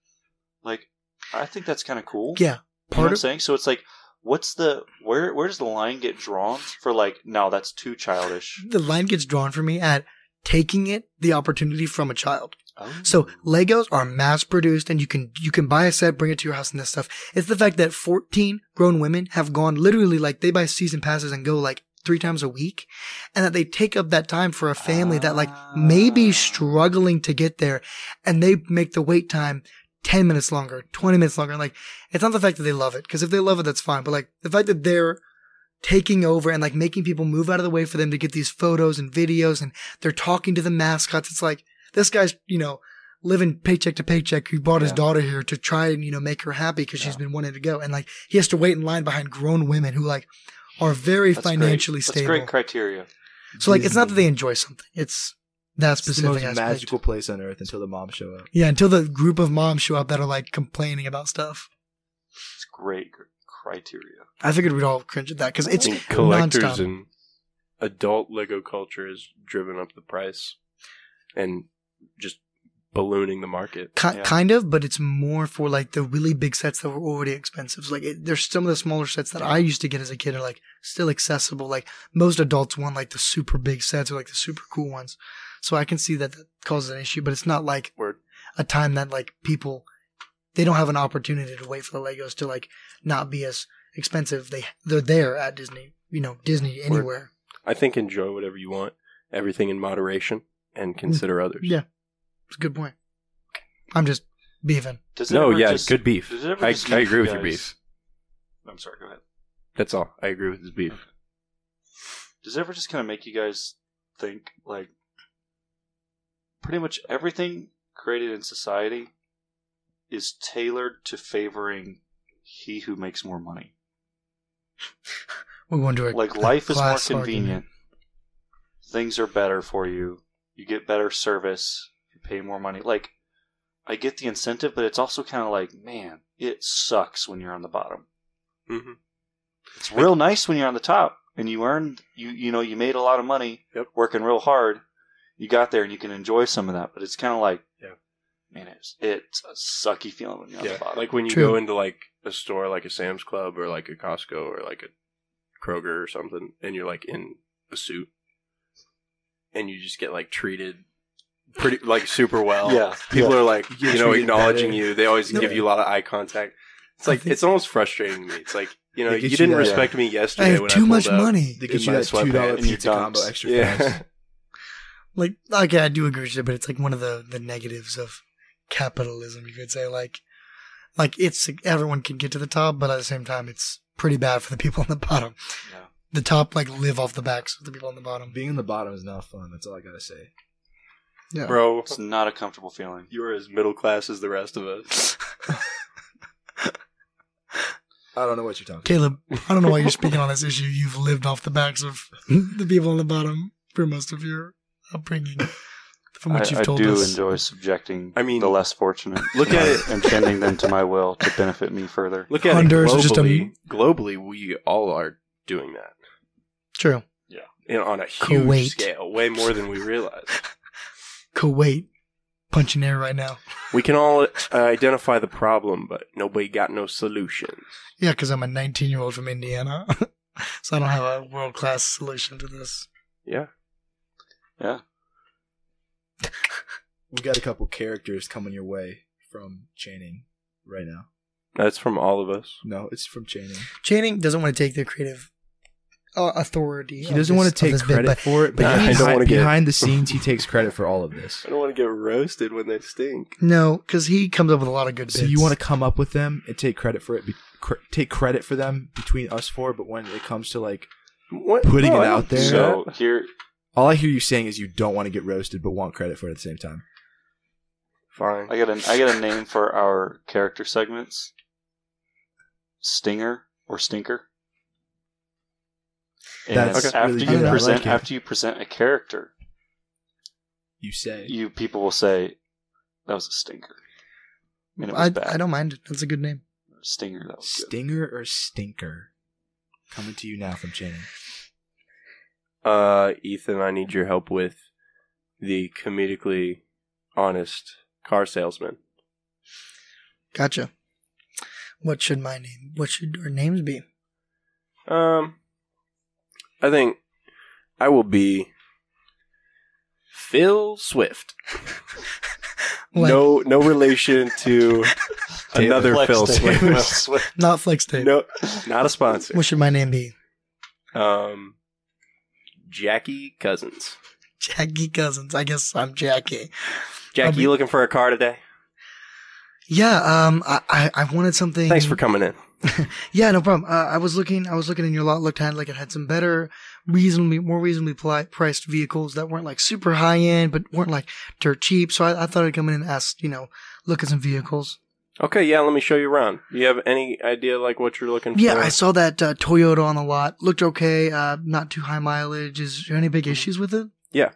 Speaker 4: like I think that's kind of cool.
Speaker 2: yeah,
Speaker 4: You know what
Speaker 2: part
Speaker 4: I'm
Speaker 2: of
Speaker 4: saying? So it's like, what's the where where does the line get drawn for like, no, that's too childish.
Speaker 2: the line gets drawn for me at taking it the opportunity from a child.
Speaker 4: Oh.
Speaker 2: So Legos are mass produced and you can you can buy a set, bring it to your house and this stuff. It's the fact that 14 grown women have gone literally like they buy season passes and go like three times a week and that they take up that time for a family that like may be
Speaker 4: Ah.
Speaker 2: struggling to get there and they make the wait time 10 minutes longer, 20 minutes longer. Like it's not the fact that they love it because if they love it, that's fine. But like the fact that they're taking over and like making people move out of the way for them to get these photos and videos and they're talking to the mascots. It's like this guy's, you know, living paycheck to paycheck who brought his
Speaker 4: Yeah.
Speaker 2: daughter here to try and, you know, make her happy because she's
Speaker 4: Yeah.
Speaker 2: been wanting to go. And like he has to wait in line behind grown women who like are very
Speaker 4: That's great.
Speaker 2: financially
Speaker 4: That's
Speaker 2: stable.
Speaker 4: great criteria.
Speaker 2: so like it's not that
Speaker 1: Disney.
Speaker 2: they enjoy something. It's that
Speaker 1: It's the most
Speaker 2: specific aspect.
Speaker 1: magical place on earth until the moms show up.
Speaker 2: Yeah, until the group of moms show up that are like complaining about stuff.
Speaker 4: It's great cr- criteria.
Speaker 2: I figured we'd all cringe at that because it's
Speaker 3: And collectors
Speaker 2: nonstop.
Speaker 3: and adult Lego culture has driven up the price and just ballooning the market.
Speaker 2: Ki-
Speaker 4: Yeah.
Speaker 2: Kind of, but it's more for like the really big sets that were already expensive. Like it, there's some of the smaller sets that I used to get as a kid are like still accessible. Like most adults want like the super big sets or like the super cool ones. So I can see that that causes an issue, but it's not like
Speaker 3: Word.
Speaker 2: a time that like people they don't have an opportunity to wait for the Legos to like not be as expensive. They they're there at Disney, you know, Disney anywhere.
Speaker 3: I think enjoy whatever you want, everything in moderation, and consider others.
Speaker 2: Yeah. It's a good point. I'm just beefing.
Speaker 4: Does it
Speaker 3: No,
Speaker 4: ever
Speaker 3: yeah,
Speaker 4: just-
Speaker 3: good beef.
Speaker 4: does it ever
Speaker 3: I,
Speaker 4: just
Speaker 3: I
Speaker 4: make
Speaker 3: agree
Speaker 4: you
Speaker 3: with your
Speaker 4: guys-
Speaker 3: beef.
Speaker 4: I'm sorry, go ahead.
Speaker 3: That's all. I agree with his beef.
Speaker 4: Does it ever just kind of make you guys think like pretty much everything created in society is tailored to favoring he who makes more money?
Speaker 2: We're going to a
Speaker 4: like
Speaker 2: a
Speaker 4: life is more
Speaker 2: class argument.
Speaker 4: convenient. Things are better for you. You get better service. You pay more money. Like I get the incentive, but it's also kind of like, man, it sucks when you're on the bottom.
Speaker 3: Mm-hmm.
Speaker 4: It's real nice when you're on the top and you earned you you know you made a lot of money
Speaker 3: Yep.
Speaker 4: working real hard. You got there and you can enjoy some of that, but it's kind of like,
Speaker 3: Yeah.
Speaker 4: man, it's it's a sucky feeling when you're on
Speaker 3: Yeah,
Speaker 4: the bottom.
Speaker 3: like when you
Speaker 2: True.
Speaker 3: go into like a store, like a Sam's Club or like a Costco or like a Kroger or something, and you're like in a suit, and you just get like treated pretty like super well.
Speaker 4: yeah,
Speaker 3: people are like
Speaker 1: You
Speaker 3: you,
Speaker 1: get
Speaker 3: know
Speaker 1: treated
Speaker 3: acknowledging
Speaker 1: better.
Speaker 3: you. They always
Speaker 2: No.
Speaker 3: give you a lot of eye contact. It's like
Speaker 2: I think-
Speaker 3: it's almost frustrating to me. It's like you know
Speaker 1: They
Speaker 3: you
Speaker 1: get
Speaker 3: didn't
Speaker 1: you that-
Speaker 3: respect me
Speaker 2: I
Speaker 3: yesterday.
Speaker 2: have
Speaker 3: when
Speaker 2: too
Speaker 3: I
Speaker 2: much
Speaker 3: pulled up.
Speaker 2: money.
Speaker 1: They
Speaker 3: In
Speaker 1: get you
Speaker 3: my
Speaker 1: that two dollar
Speaker 3: sweatpants.
Speaker 4: And your
Speaker 1: pizza combo
Speaker 4: dunks.
Speaker 1: extra fast.
Speaker 3: Yeah,
Speaker 2: Like, okay, I do agree with you, but it's like one of the, the negatives of capitalism, you could say. Like, like it's everyone can get to the top, but at the same time, it's pretty bad for the people on the bottom.
Speaker 4: Yeah.
Speaker 2: The top like live off the backs of the people on the bottom.
Speaker 1: Being in the bottom is not fun. That's all I gotta say.
Speaker 2: Yeah.
Speaker 3: bro,
Speaker 4: it's not a comfortable feeling.
Speaker 3: you are as middle class as the rest of us.
Speaker 1: I don't know what you're talking.
Speaker 2: Caleb, I don't know why you're speaking on this issue. You've lived off the backs of the people on the bottom for most of your upbringing, from what
Speaker 4: I,
Speaker 2: you've
Speaker 4: I
Speaker 2: told
Speaker 4: do
Speaker 2: us.
Speaker 4: enjoy subjecting
Speaker 3: I mean,
Speaker 4: the less fortunate
Speaker 3: look at it-
Speaker 4: and bending them to my will to benefit me further.
Speaker 3: Look at
Speaker 2: Honduras
Speaker 3: it globally.
Speaker 2: is just a-
Speaker 3: globally, we all are doing that.
Speaker 2: True.
Speaker 4: Yeah.
Speaker 3: in, on a huge
Speaker 2: Kuwait.
Speaker 3: scale, way more than we realize.
Speaker 2: Kuwait punching air right now.
Speaker 3: we can all uh, identify the problem, but nobody got no solution.
Speaker 2: Yeah, because I'm a 19 year old from Indiana, so I don't have a world class solution to this.
Speaker 3: Yeah,
Speaker 1: We got a couple characters coming your way from Channing right now.
Speaker 3: that's from all of us.
Speaker 1: No, it's from Channing.
Speaker 2: Channing doesn't want to take the creative uh, authority.
Speaker 1: He
Speaker 2: of
Speaker 1: doesn't want
Speaker 2: this-
Speaker 1: to
Speaker 2: of
Speaker 1: take
Speaker 2: this bit,
Speaker 1: credit
Speaker 2: but
Speaker 1: for it, but
Speaker 2: but
Speaker 1: yeah,
Speaker 2: I don't
Speaker 1: behind,
Speaker 3: wanna get-
Speaker 1: behind the scenes, he takes credit for all of this.
Speaker 3: don't want to get roasted when they stink.
Speaker 2: no, because he comes up with a lot of good.
Speaker 1: So
Speaker 2: bits.
Speaker 1: you want to come up with them and take credit for it, be, cr- take credit for them between us four. But when it comes to like,
Speaker 3: What?
Speaker 1: Putting
Speaker 3: No,
Speaker 1: it
Speaker 3: I don't
Speaker 1: out there.
Speaker 3: do
Speaker 4: So
Speaker 3: that.
Speaker 4: here,
Speaker 1: all I hear you saying is you don't want to get roasted, but want credit for it at the same time.
Speaker 3: Fine.
Speaker 4: I got a I got a name for our character segments. Stinger or stinker. And
Speaker 1: That's
Speaker 4: after
Speaker 1: really
Speaker 4: you
Speaker 2: good. I
Speaker 4: present
Speaker 1: like it.
Speaker 4: after you present a character,
Speaker 1: You say
Speaker 4: you people will say that was a stinker. And it was
Speaker 2: I,
Speaker 4: bad.
Speaker 2: I don't mind it. That's a good name.
Speaker 4: Stinger that was good.
Speaker 1: stinger or stinker. Coming to you now from Channing.
Speaker 3: Uh, Ethan, I need your help with the comedically honest car salesman.
Speaker 2: Gotcha. What should my name? What should our names be?
Speaker 3: Um, I think I will be Phil Swift.
Speaker 2: Like,
Speaker 3: no, no relation to another
Speaker 4: Flex
Speaker 3: Phil
Speaker 4: Stinger, Phil
Speaker 3: Swift.
Speaker 4: Swift.
Speaker 2: not flex tape.
Speaker 3: no, not a sponsor.
Speaker 2: What should my name be?
Speaker 3: Um, Jackie Cousins.
Speaker 2: Jackie Cousins. I guess I'm Jackie.
Speaker 3: Jackie,
Speaker 2: be-
Speaker 3: you looking for a car today?
Speaker 2: Yeah. Um. I I, I wanted something.
Speaker 3: Thanks for coming in.
Speaker 2: Yeah, no problem. Uh, I was looking, I was looking in your lot, looked at it, like it had some better, reasonably, more reasonably pli- priced vehicles that weren't like super high end, but weren't like dirt cheap. So I, I thought I'd come in and ask, you know, look at some vehicles.
Speaker 3: Okay, yeah, let me show you around. Do you have any idea like what you're looking for?
Speaker 2: Yeah, I saw that uh, Toyota on the lot. Looked okay, uh, not too high mileage. Is there any big issues with it?
Speaker 3: Yeah.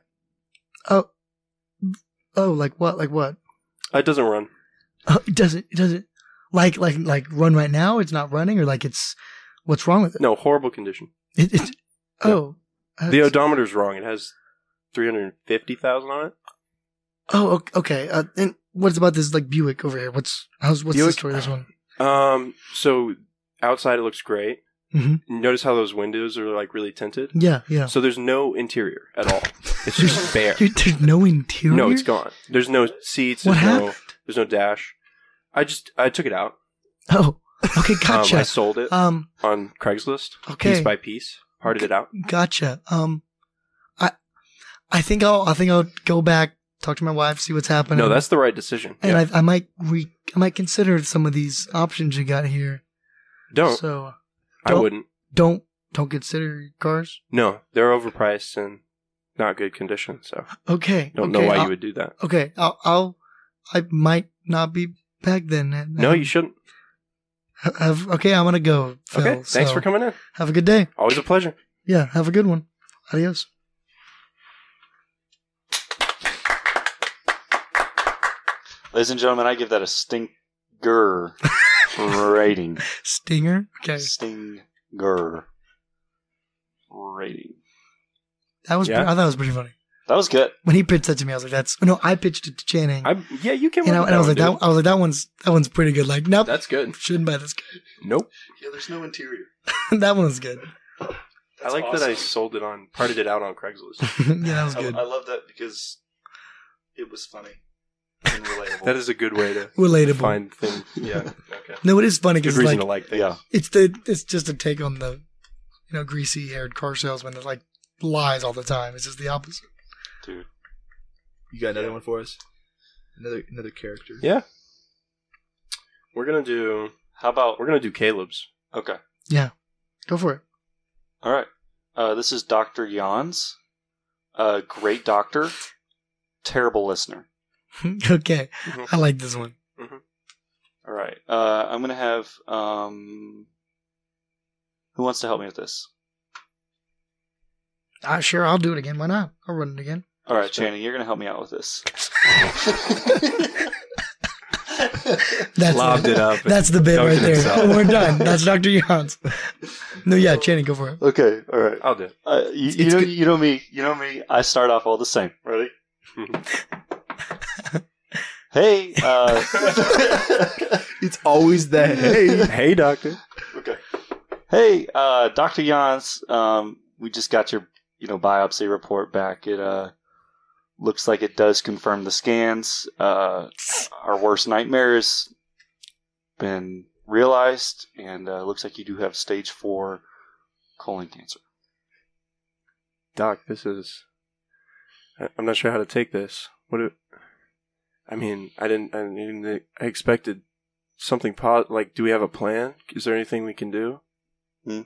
Speaker 2: Oh. Oh, like what? Like what?
Speaker 3: it doesn't run.
Speaker 2: Oh, it doesn't, it doesn't, like, like, like run right now. It's not running or like it's, what's wrong with it?
Speaker 3: No, horrible condition.
Speaker 2: It, it oh. Uh,
Speaker 3: The odometer's wrong. It has 350,000 on it.
Speaker 2: Oh, ok- okay. Uh, and what's about this like Buick over here? What's how's what's the
Speaker 3: Buick?
Speaker 2: story? with This one.
Speaker 3: Um, so outside it looks great.
Speaker 2: Mhm.
Speaker 3: Notice how those windows are like really tinted.
Speaker 2: Yeah, yeah.
Speaker 3: So there's no interior at all. It's just bare.
Speaker 2: Dude, there's no interior.
Speaker 3: No, it's gone. There's no seats.
Speaker 2: What
Speaker 3: There's no,
Speaker 2: happened?
Speaker 3: there's no dash. I just I took it out.
Speaker 2: Oh, okay. Gotcha.
Speaker 3: Um, I
Speaker 2: Um,
Speaker 3: sold it on Craigslist
Speaker 2: okay.
Speaker 3: piece by piece. Parted it out.
Speaker 2: gotcha. Um, I, I think I'll I think I'll go back talk to my wife, see what's happening.
Speaker 3: No, that's the right decision.
Speaker 2: and
Speaker 3: Yeah.
Speaker 2: I I might re I might consider some of these options you got here.
Speaker 3: Don't.
Speaker 2: So
Speaker 3: I
Speaker 2: don't-
Speaker 3: wouldn't.
Speaker 2: don't don't consider your cars.
Speaker 3: No, they're overpriced and not good condition. So
Speaker 2: Okay.
Speaker 3: don't
Speaker 2: okay, uh,
Speaker 3: know why
Speaker 2: I'll-
Speaker 3: you would do that.
Speaker 2: Okay, I'll, I'll I might not be back then.
Speaker 3: No, you shouldn't.
Speaker 2: Have, okay, I'm gonna go. Phil,
Speaker 3: okay, thanks
Speaker 2: so
Speaker 3: for coming in.
Speaker 2: Have a good day.
Speaker 3: Always a pleasure.
Speaker 2: Yeah, have a good one. Adios.
Speaker 4: Ladies and gentlemen, I give that a stinker rating.
Speaker 2: Stinger. Okay,
Speaker 4: Stinger rating.
Speaker 2: that was
Speaker 3: Yeah.
Speaker 2: I thought it was pretty funny
Speaker 4: That was good.
Speaker 2: when he pitched that to me. I was like, "That's oh, no." I pitched it to Channing,
Speaker 3: I yeah, you can.
Speaker 2: you know, and I was like, "That."
Speaker 3: one,
Speaker 2: I was like, "That one's that one's pretty good." Like,
Speaker 3: dude.
Speaker 2: nope,
Speaker 3: That's good.
Speaker 2: shouldn't buy this. guy.
Speaker 3: Nope.
Speaker 4: Yeah, there's no interior.
Speaker 2: that one was good.
Speaker 3: I like that I
Speaker 4: awesome.
Speaker 3: sold it on parted it out on Craigslist.
Speaker 2: yeah, that was
Speaker 4: I-
Speaker 2: good.
Speaker 4: I, love that because it was funny and relatable.
Speaker 3: that is a good way to
Speaker 2: Relatable.
Speaker 3: find things. Yeah. Okay.
Speaker 2: No, it is funny
Speaker 3: Good
Speaker 2: because
Speaker 3: reason
Speaker 2: like
Speaker 3: to like things.
Speaker 4: yeah.
Speaker 2: it's the it's just a take on the you know greasy haired car salesman that like lies all the time. It's just the opposite.
Speaker 4: Dude.
Speaker 1: You got another
Speaker 3: Yeah.
Speaker 1: one for us? Another another character.
Speaker 3: Yeah. We're gonna do.
Speaker 4: How about
Speaker 3: We're gonna do Caleb's.
Speaker 4: okay.
Speaker 2: Go for it.
Speaker 4: All right. Uh, this is Dr. Jans. Uh, great doctor, terrible listener.
Speaker 2: okay,
Speaker 3: Mhm.
Speaker 2: I like this one.
Speaker 4: All right. Uh, I'm going to have. Um, who wants to help me with this?
Speaker 2: Ah, sure, I'll do it again. Why not? I'll run it again.
Speaker 4: All right, Channing, you're going to help me out with this.
Speaker 2: That's
Speaker 3: Lobbed it up.
Speaker 2: That's the bit
Speaker 3: Dunked
Speaker 2: right
Speaker 3: it
Speaker 2: there.
Speaker 3: himself.
Speaker 2: We're done. That's Dr. Jans. No, yeah, Channing, go for it.
Speaker 4: okay, all right.
Speaker 3: I'll do it.
Speaker 4: Uh, you, you
Speaker 1: it's
Speaker 4: know,
Speaker 1: good-
Speaker 4: you know me. You know me. I start off all the same. Ready? hey. Uh,
Speaker 1: It's always that. Hey,
Speaker 3: Hey, doctor.
Speaker 4: okay. Hey, uh, Doctor Jans. Um, we just got your you know biopsy report back. It uh, looks like it does confirm the scans. Uh, our worst nightmare has been realized, and uh, looks like you do have stage four colon cancer.
Speaker 3: Doc, this is. I- I'm not sure how to take this. What? Do, I mean, I didn't. I didn't. I expected something. Po- like, do we have a plan? Is there anything we can do?
Speaker 4: Hmm.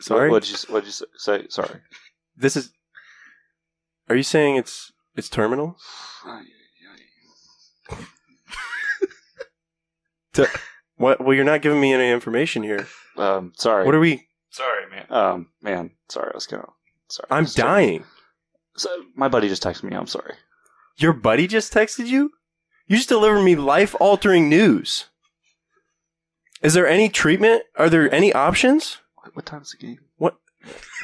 Speaker 3: Sorry.
Speaker 4: What did you What did you say? Sorry.
Speaker 3: This is. Are you saying it's it's terminal? What? Well, you're not giving me any information here.
Speaker 4: Um, sorry.
Speaker 3: What are we?
Speaker 4: Sorry, man. Um, man, sorry. I was gonna. Sorry. I
Speaker 3: I'm
Speaker 4: was trying-
Speaker 3: dying.
Speaker 4: So, my buddy just texted me. I'm sorry.
Speaker 3: Your buddy just texted you? You just delivered me life altering news. Is there any treatment? Are there any options?
Speaker 4: What, what time is the game?
Speaker 3: What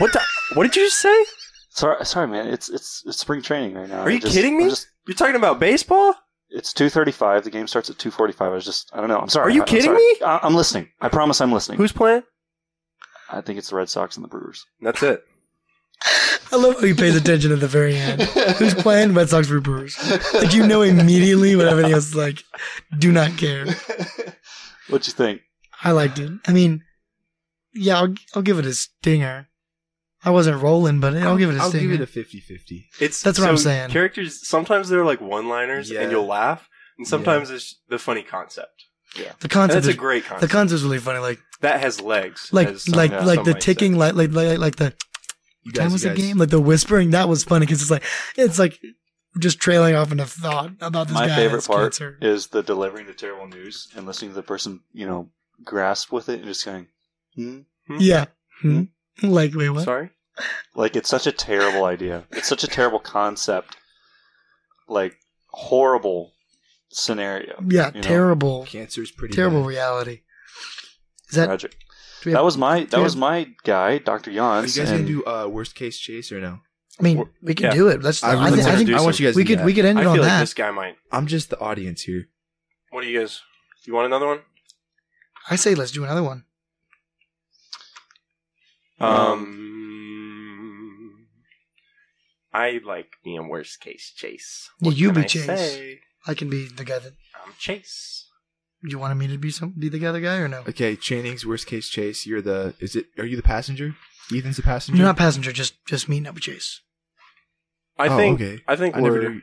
Speaker 3: the, What did you just say?
Speaker 4: Sorry, sorry, man. It's it's it's spring training right now.
Speaker 3: Are
Speaker 4: I
Speaker 3: you
Speaker 4: just-
Speaker 3: kidding me?
Speaker 4: I'm just-
Speaker 3: You're talking about baseball?
Speaker 4: it's two thirty-five. The game starts at two forty-five. I was just. I don't know. I'm sorry.
Speaker 3: Are you
Speaker 4: I- I'm
Speaker 3: kidding
Speaker 4: sorry.
Speaker 3: me?
Speaker 4: I, I'm listening. I promise. I'm listening.
Speaker 3: Who's playing?
Speaker 4: I think it's the Red Sox and the Brewers.
Speaker 3: That's it.
Speaker 2: I love how he pays attention at the very end. Who's playing Red Sox for Brewers? Like, you know immediately when everybody else is like, do not care.
Speaker 4: What'd you think?
Speaker 2: I liked it. I mean, yeah, I'll, I'll give it a stinger. I wasn't rolling, but I'll give it a
Speaker 1: I'll
Speaker 2: stinger.
Speaker 1: give it a 50-50.
Speaker 3: It's
Speaker 2: That's what I'm saying.
Speaker 3: Characters sometimes they're like one-liners
Speaker 1: Yeah.
Speaker 3: and you'll laugh, and sometimes it's the funny concept.
Speaker 2: the
Speaker 3: And
Speaker 2: concept
Speaker 3: that's a
Speaker 2: is,
Speaker 3: great
Speaker 2: the
Speaker 3: concept.
Speaker 2: concept is really funny. Like,
Speaker 3: that has legs.
Speaker 2: like,
Speaker 3: as some-
Speaker 2: like,
Speaker 4: yeah,
Speaker 2: like
Speaker 3: some
Speaker 2: the
Speaker 3: might say.
Speaker 2: ticking, like, like, like, like the
Speaker 1: You
Speaker 2: time
Speaker 1: you
Speaker 2: was the game, like the whispering. That was funny because it's like, it's like just trailing off in a thought about this
Speaker 4: My
Speaker 2: guy.
Speaker 4: favorite
Speaker 2: has
Speaker 4: part
Speaker 2: cancer.
Speaker 4: Is the delivering the terrible news and listening to the person you know grasp with it and just going, hmm?
Speaker 2: Yeah. Hmm? Like, wait, what?
Speaker 3: Sorry.
Speaker 4: Like it's such a terrible idea. It's such a terrible concept. Like horrible scenario.
Speaker 2: Yeah,
Speaker 4: You know,
Speaker 2: terrible,
Speaker 1: Cancer is pretty
Speaker 2: terrible
Speaker 1: bad.
Speaker 2: reality. Is that
Speaker 4: Tragic.
Speaker 2: do we have-
Speaker 4: That was my that
Speaker 2: yeah.
Speaker 4: was my guy, Doctor
Speaker 1: Are you
Speaker 4: Jans.
Speaker 1: guys gonna
Speaker 4: and-
Speaker 1: do uh, worst case chase or no?
Speaker 2: I mean,
Speaker 3: We're-
Speaker 2: we can
Speaker 3: yeah.
Speaker 2: do it. Let's. I,
Speaker 1: I really
Speaker 2: thi- I
Speaker 3: wanna
Speaker 2: think
Speaker 3: do
Speaker 1: I want
Speaker 3: some-
Speaker 1: you guys.
Speaker 2: we
Speaker 1: to
Speaker 2: could
Speaker 1: do
Speaker 2: we
Speaker 1: that.
Speaker 2: could end
Speaker 3: I
Speaker 2: it
Speaker 3: feel
Speaker 2: on
Speaker 3: like
Speaker 2: that.
Speaker 3: this guy might.
Speaker 1: I'm just the audience here.
Speaker 3: What do you guys? You want another one?
Speaker 2: I say let's do another one.
Speaker 3: Um, I like being worst case Chase.
Speaker 2: Yeah,
Speaker 3: What
Speaker 2: you be
Speaker 3: can I
Speaker 2: Chase.
Speaker 3: say?
Speaker 2: I can be the guy that
Speaker 3: I'm Chase.
Speaker 2: you wanted me to be. Some be the other guy or no?
Speaker 1: Okay, Channing's worst case chase. You're the. Is it? Are you the passenger? Ethan's the passenger.
Speaker 2: You're not passenger. Just just meeting up with Chase.
Speaker 3: I
Speaker 1: Oh,
Speaker 3: think.
Speaker 1: okay.
Speaker 3: I think
Speaker 1: I never
Speaker 3: we're
Speaker 1: knew.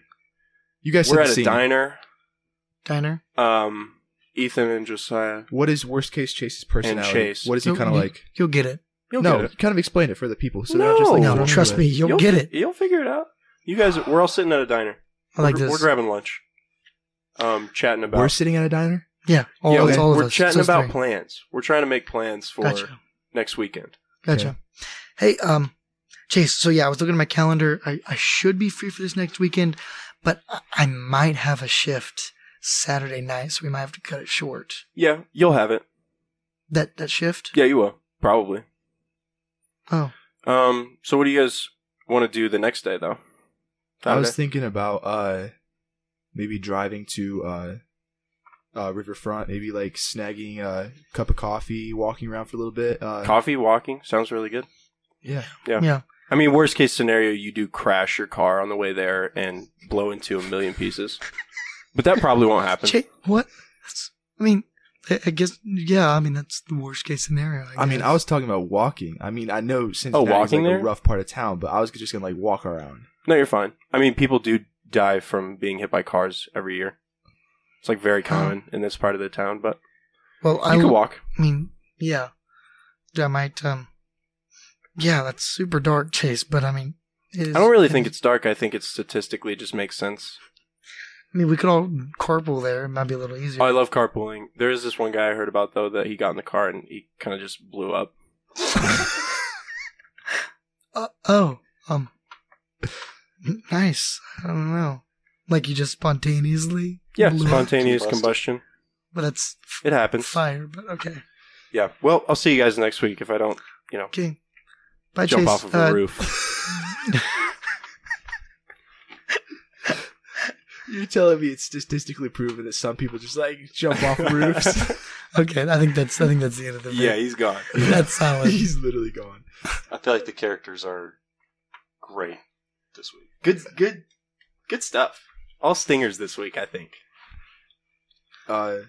Speaker 1: You guys
Speaker 3: we're
Speaker 1: said
Speaker 3: at
Speaker 1: the
Speaker 3: a
Speaker 1: scene.
Speaker 3: diner.
Speaker 2: Diner.
Speaker 3: Um, Ethan and Josiah.
Speaker 1: What is worst case Chase's personality?
Speaker 3: Chase.
Speaker 1: What is he
Speaker 2: You'll-
Speaker 1: kind of
Speaker 2: you-
Speaker 1: like? Oh,
Speaker 2: You'll get it.
Speaker 3: You'll
Speaker 1: no,
Speaker 3: get it.
Speaker 1: kind of explain it for the people. So they're not just
Speaker 3: No.
Speaker 1: like
Speaker 2: no,
Speaker 1: thrown
Speaker 2: trust
Speaker 1: into
Speaker 2: me.
Speaker 1: it.
Speaker 2: You'll, get it.
Speaker 3: You'll figure it out. You guys, we're all sitting at a diner.
Speaker 2: I like
Speaker 3: we're,
Speaker 2: this.
Speaker 3: We're grabbing lunch. Um, chatting about.
Speaker 1: We're sitting at a diner.
Speaker 2: yeah. All,
Speaker 3: yeah,
Speaker 2: of-
Speaker 3: we-
Speaker 2: it's all of
Speaker 3: we're
Speaker 2: us.
Speaker 3: chatting
Speaker 2: It's us
Speaker 3: about
Speaker 2: three.
Speaker 3: plans. We're trying to make plans for
Speaker 2: Gotcha.
Speaker 3: next weekend.
Speaker 2: Gotcha. Hey, um, Chase. So yeah, I was looking at my calendar. I, I should be free for this next weekend, but I, I might have a shift Saturday night, so we might have to cut it short.
Speaker 3: Yeah, you'll have it.
Speaker 2: That that shift.
Speaker 3: Yeah, you will probably.
Speaker 2: Oh,
Speaker 3: Um, so what do you guys want to do the next day though?
Speaker 1: I was
Speaker 3: Saturday?
Speaker 1: thinking about uh, maybe driving to uh, uh, Riverfront. Maybe like snagging a cup of coffee, walking around for a little bit. Uh,
Speaker 3: coffee walking sounds really good.
Speaker 1: yeah.
Speaker 3: Yeah.
Speaker 2: yeah.
Speaker 3: I mean, worst case scenario, you do crash your car on the way there and blow into a million pieces, but that probably won't happen.
Speaker 2: Cha- what? That's- I mean, I, I guess yeah. I mean, that's the worst case scenario.
Speaker 1: I mean,
Speaker 2: guess.
Speaker 1: I was talking about walking. I mean, I know since
Speaker 3: Oh, walking
Speaker 1: like
Speaker 3: there?
Speaker 1: a rough part of town, but I was just gonna like walk around.
Speaker 3: No, you're fine. I mean, people do die from being hit by cars every year. It's like very common in this part of the town, but
Speaker 2: well, I
Speaker 3: you can
Speaker 2: w-
Speaker 3: walk.
Speaker 2: I mean, yeah. I might. Um, yeah, that's super dark, Chase. But I mean, it is,
Speaker 3: I don't really
Speaker 2: it
Speaker 3: think
Speaker 2: is-
Speaker 3: it's dark. I think it statistically just makes sense.
Speaker 2: I mean, we could all carpool there. It might be a little easier.
Speaker 3: Oh, I love carpooling. There is this one guy I heard about though that he got in the car and he kind of just blew up.
Speaker 2: Uh, oh, um, nice. I don't know. Like you just spontaneously.
Speaker 3: Yeah,
Speaker 2: blew up.
Speaker 3: spontaneous
Speaker 4: Combusted.
Speaker 3: combustion.
Speaker 2: But that's f-
Speaker 3: It happens.
Speaker 2: fire. But okay,
Speaker 3: Yeah. Well, I'll see you guys next week if I don't
Speaker 2: okay. Bye,
Speaker 3: jump
Speaker 2: Chase.
Speaker 3: off of a
Speaker 2: Uh,
Speaker 3: roof.
Speaker 1: You're telling me it's statistically proven that some people just like jump off roofs.
Speaker 2: okay, I think that's I think that's the end of the.
Speaker 3: yeah, he's gone.
Speaker 2: that's solid.
Speaker 1: He's literally gone.
Speaker 4: I feel like the characters are great this week.
Speaker 3: Good, good, good stuff. All stingers this week, I think.
Speaker 1: Uh,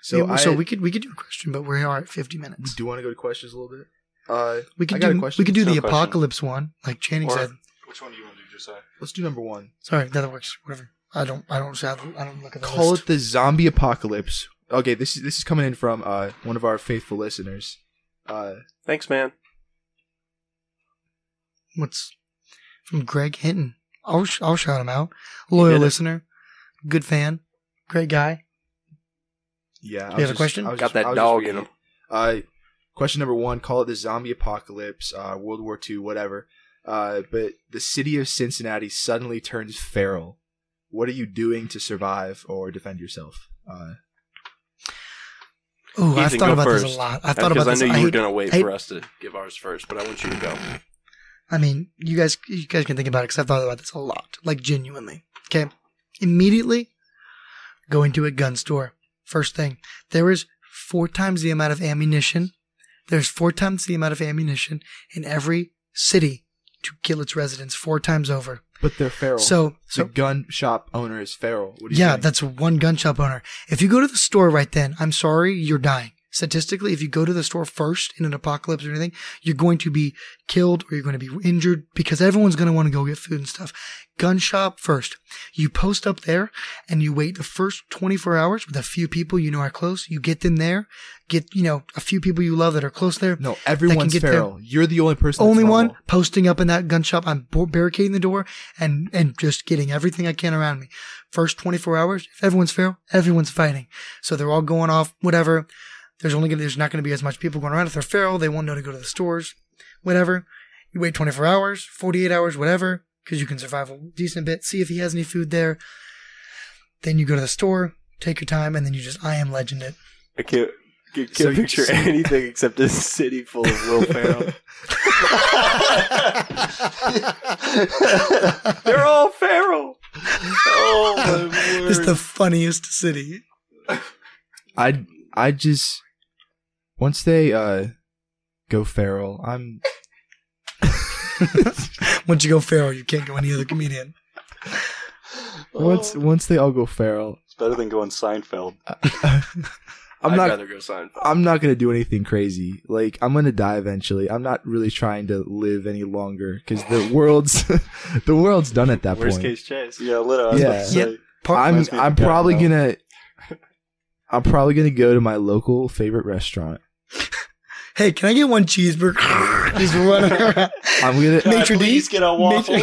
Speaker 1: so
Speaker 2: So,
Speaker 1: I
Speaker 2: so we could we could do a question, but we are at fifty minutes.
Speaker 1: do want to go to questions a little bit. Uh, I
Speaker 2: We could
Speaker 1: got a
Speaker 2: do
Speaker 1: question.
Speaker 2: we could do
Speaker 4: Still
Speaker 2: the
Speaker 4: a question.
Speaker 2: apocalypse one, like Channing
Speaker 4: Or-
Speaker 2: said.
Speaker 4: Which one do you want to do, Josiah?
Speaker 1: let's do number one.
Speaker 2: Sorry, that works. Whatever. I don't I don't have I don't look at the
Speaker 1: Call
Speaker 2: list.
Speaker 1: it the zombie apocalypse. Okay, this is this is coming in from uh, one of our faithful listeners. Uh,
Speaker 3: Thanks, man.
Speaker 2: What's from Greg Hinton? I'll sh- I'll shout him out. Loyal
Speaker 3: did it.
Speaker 2: listener, good fan, great guy.
Speaker 1: yeah, I
Speaker 2: You
Speaker 1: was
Speaker 2: have a
Speaker 1: just-
Speaker 2: question?
Speaker 1: I was
Speaker 3: Got
Speaker 1: just-
Speaker 3: that
Speaker 1: I was just
Speaker 3: dog in
Speaker 1: reading
Speaker 3: him.
Speaker 1: it. Uh, question number one: Call it the zombie apocalypse, uh, World War II, whatever. Uh, but the city of Cincinnati suddenly turns feral. What are you doing to survive or defend yourself? Uh,
Speaker 2: Oh, I've
Speaker 3: Ethan,
Speaker 2: thought
Speaker 3: go
Speaker 2: about this
Speaker 3: first.
Speaker 2: a lot. I
Speaker 3: That's
Speaker 2: thought about
Speaker 3: because
Speaker 2: this.
Speaker 3: I knew
Speaker 2: I,
Speaker 3: you were going to wait
Speaker 2: I-
Speaker 3: for us to give ours first, but I want you to go.
Speaker 2: I mean, you guys you guys can think about it because I've thought about this a lot, like genuinely. Okay, immediately go into a gun store. First thing, there is four times the amount of ammunition. There's four times the amount of ammunition in every city to kill its residents four times over.
Speaker 1: but they're feral.
Speaker 2: So,
Speaker 1: the
Speaker 2: so
Speaker 1: gun shop owner is feral. What do you
Speaker 2: yeah,
Speaker 1: think?
Speaker 2: that's one gun shop owner. If you go to the store right then, I'm sorry, you're dying. Statistically, if you go to the store first in an apocalypse or anything, you're going to be killed or you're going to be injured because everyone's going to want to go get food and stuff. Gun shop first. You post up there and you wait the first 24 hours with a few people you know are close. You get them there, get, you know, a few people you love that are close there.
Speaker 1: no, everyone's
Speaker 2: get there.
Speaker 1: feral. You're the only person. that's
Speaker 2: Only one
Speaker 1: normal.
Speaker 2: posting up in that gun shop. I'm bo- barricading the door and and just getting everything I can around me. First 24 hours, if everyone's feral, everyone's fighting. So they're all going off, whatever. There's only gonna, there's not going to be as much people going around. If they're feral, they won't know to go to the stores, whatever. You wait 24 hours, 48 hours, whatever, because you can survive a decent bit. See if he has any food there. Then you go to the store, take your time, and then you just I am legend it.
Speaker 3: I can't, can't
Speaker 1: So you-
Speaker 3: picture
Speaker 1: so-
Speaker 3: anything except a city full of Will Ferrell. They're all feral.
Speaker 4: oh my word!
Speaker 2: It's the funniest city.
Speaker 1: I I just once they uh go feral, I'm
Speaker 2: Once you go feral, you can't go any other comedian.
Speaker 1: once
Speaker 4: Oh.
Speaker 1: once they all go feral,
Speaker 4: it's better than going Seinfeld.
Speaker 1: I'm
Speaker 3: would
Speaker 1: not
Speaker 3: rather go sign.
Speaker 1: I'm not gonna do anything crazy. Like I'm gonna die eventually. I'm not really trying to live any longer because the world's the world's done at that
Speaker 3: Worst
Speaker 1: point.
Speaker 3: case, Chase.
Speaker 4: Yeah, literally. I was about to
Speaker 2: Yeah.
Speaker 4: say.
Speaker 2: Part,
Speaker 1: I'm
Speaker 4: Reminds me of
Speaker 1: I'm
Speaker 4: the guy,
Speaker 1: probably
Speaker 4: no?
Speaker 1: gonna I'm probably gonna go to my local favorite restaurant.
Speaker 2: hey, can I get one cheeseburger? He's running around.
Speaker 1: I'm gonna
Speaker 4: Can I
Speaker 2: Maitre d'?
Speaker 4: please get a waffle.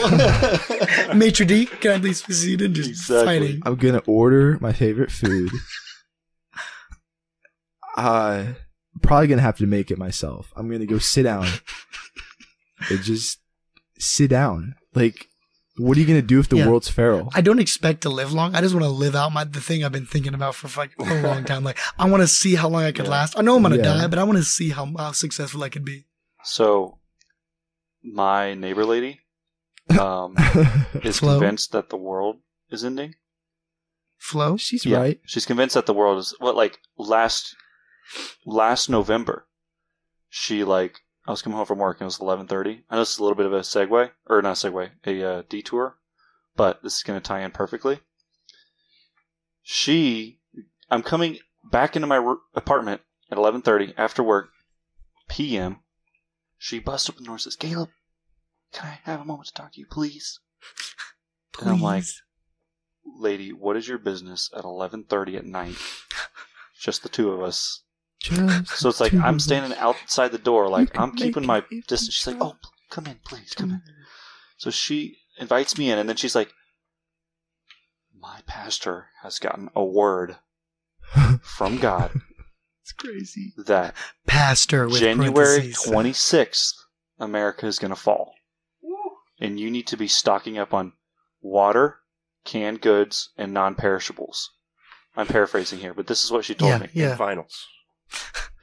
Speaker 2: Maitre D, can I please proceed and just
Speaker 4: Exactly.
Speaker 2: fighting?
Speaker 1: I'm gonna order my favorite food. uh probably gonna have to make it myself. I'm gonna go sit down. and just sit down. Like, what are you gonna do if the
Speaker 2: Yeah.
Speaker 1: world's feral?
Speaker 2: I don't expect to live long. I just want to live out my the thing I've been thinking about for like a long time. Like I want to see how long I could
Speaker 4: Yeah.
Speaker 2: last. I know I'm gonna
Speaker 1: Yeah.
Speaker 2: die, but I want to see how, how successful I could be.
Speaker 4: so, my neighbor lady um, is
Speaker 2: Flo?
Speaker 4: convinced that the world is ending.
Speaker 2: Flo,
Speaker 1: Oh, She's
Speaker 4: Yeah.
Speaker 1: right.
Speaker 4: She's convinced that the world is what like last last November. She like I was coming home from work and it was eleven thirty. I know this is a little bit of a segue or not segue, a uh, detour, but this is going to tie in perfectly. She, I'm coming back into my r- apartment at eleven thirty after work, p.m. She busts open the door and says, "Caleb, can I have a moment to talk to you, please?"
Speaker 2: please.
Speaker 4: And I'm like, lady, what is your business at 11:30 at night? Just the two of us.
Speaker 1: Just
Speaker 4: So it's like
Speaker 1: two
Speaker 4: I'm
Speaker 1: of
Speaker 4: standing
Speaker 1: us.
Speaker 4: outside the door, like
Speaker 1: can
Speaker 4: I'm keeping
Speaker 1: make
Speaker 4: my
Speaker 1: it if you Mm-hmm.
Speaker 4: distance. She's like,
Speaker 1: try.
Speaker 4: "Oh, pl- come in, please, come in." So she invites me in, and then she's like, "My pastor has gotten a word from God
Speaker 1: It's crazy.
Speaker 4: that
Speaker 2: pastor with
Speaker 4: January
Speaker 2: parentheses.
Speaker 4: 26th, America is going to fall, and you need to be stocking up on water, canned goods, and non-perishables. I'm paraphrasing here, but this is what she told
Speaker 2: Yeah,
Speaker 4: me.
Speaker 2: yeah.
Speaker 3: Finals.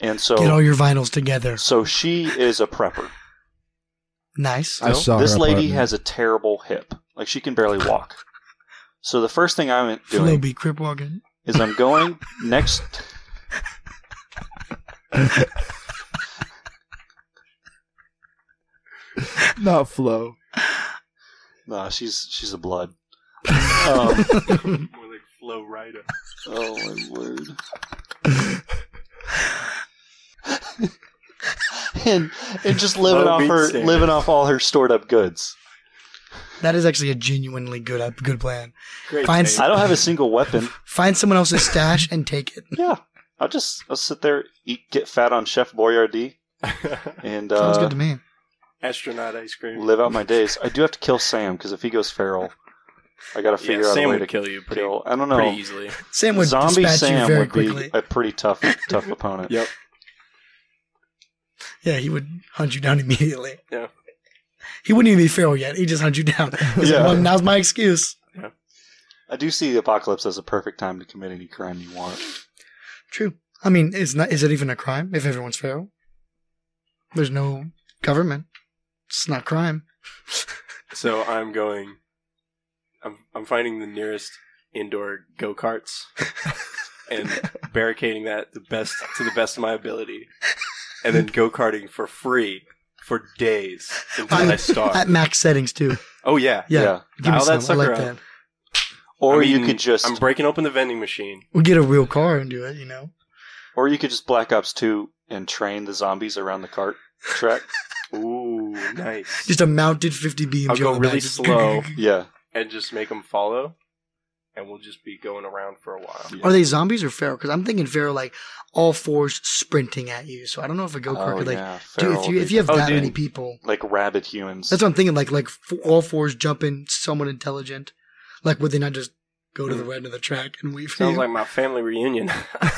Speaker 4: And so,
Speaker 2: Get all your vinyls together.
Speaker 4: so she is a prepper.
Speaker 2: Nice.
Speaker 1: I saw
Speaker 4: this
Speaker 1: her
Speaker 4: lady
Speaker 1: apartment.
Speaker 4: has a terrible hip; like she can barely walk. So the first thing I'm
Speaker 2: Flow
Speaker 4: doing
Speaker 2: beat, crip walking.
Speaker 4: is I'm going next.
Speaker 1: not flow.
Speaker 4: No, uh, she's she's a blood. Um,
Speaker 3: More like Flow Rider.
Speaker 4: oh my word! And and just living
Speaker 3: Low
Speaker 4: off
Speaker 3: meat
Speaker 4: her,
Speaker 3: standards.
Speaker 4: living off all her stored up goods.
Speaker 2: That is actually a genuinely good up, good plan.
Speaker 3: Great.
Speaker 2: Find
Speaker 3: name.
Speaker 4: I don't have a single weapon.
Speaker 2: Find someone else's stash and take it.
Speaker 4: Yeah, I'll just I'll sit there, eat, get fat on Chef Boyardee, and
Speaker 2: Sounds
Speaker 4: uh,
Speaker 2: good to me.
Speaker 3: Astronaut ice cream.
Speaker 4: live out my days. I do have to kill Sam because if he goes feral, I got to figure
Speaker 3: yeah,
Speaker 4: out
Speaker 3: Sam
Speaker 4: a way
Speaker 3: would
Speaker 4: to kill.
Speaker 3: kill you pretty,
Speaker 4: I don't
Speaker 3: pretty
Speaker 4: know.
Speaker 3: easily.
Speaker 2: Sam would
Speaker 4: Zombie
Speaker 2: dispatch you
Speaker 4: Sam
Speaker 2: very
Speaker 4: would be
Speaker 2: quickly.
Speaker 4: a pretty tough tough opponent.
Speaker 3: Yep.
Speaker 2: Yeah, he would hunt you down immediately.
Speaker 3: Yeah.
Speaker 2: He wouldn't even be feral yet. He'd just hunt you down. He's
Speaker 4: Yeah.
Speaker 2: like, well, now's my excuse.
Speaker 4: I do see the apocalypse as a perfect time to commit any crime you want.
Speaker 2: True. I mean, it's not. Is it even a crime if everyone's feral? There's no government. It's not crime.
Speaker 3: So I'm going. I'm I'm finding the nearest indoor go karts and barricading that the best to the best of my ability, and then go karting for free for days until I
Speaker 2: At
Speaker 3: starve.
Speaker 2: max settings too.
Speaker 3: Oh yeah,
Speaker 2: Yeah. Give me
Speaker 3: Dial that
Speaker 2: some. I like
Speaker 3: sucker up.
Speaker 2: that.
Speaker 4: Or
Speaker 3: I'm
Speaker 4: you
Speaker 3: eating-
Speaker 4: could just,
Speaker 3: I'm breaking open the vending machine.
Speaker 2: We get a real car and do it. You know.
Speaker 4: or you could just Black Ops Two and train the zombies around the cart track.
Speaker 3: Ooh, nice.
Speaker 2: Just a mounted 50 BMG.
Speaker 3: I'll go
Speaker 2: on the back,
Speaker 3: really
Speaker 2: just-
Speaker 3: slow
Speaker 4: yeah,
Speaker 3: and just make them follow, and we'll just be going around for a while.
Speaker 2: Are they zombies or feral? Because I'm thinking feral, like all fours sprinting at you. So I don't know if a go kart
Speaker 4: Oh,
Speaker 2: could like.
Speaker 4: yeah,
Speaker 2: Dude,
Speaker 4: feral
Speaker 2: if
Speaker 4: would
Speaker 2: you
Speaker 4: be
Speaker 2: if you have
Speaker 4: tough.
Speaker 2: that
Speaker 4: Oh, dude,
Speaker 2: many people,
Speaker 4: like rabid humans,
Speaker 2: that's what I'm thinking. Like like f- all fours jumping, someone intelligent. Like would they not just go to the end of the track and wait for
Speaker 3: Hmm. Sounds
Speaker 2: you?
Speaker 3: like my family reunion.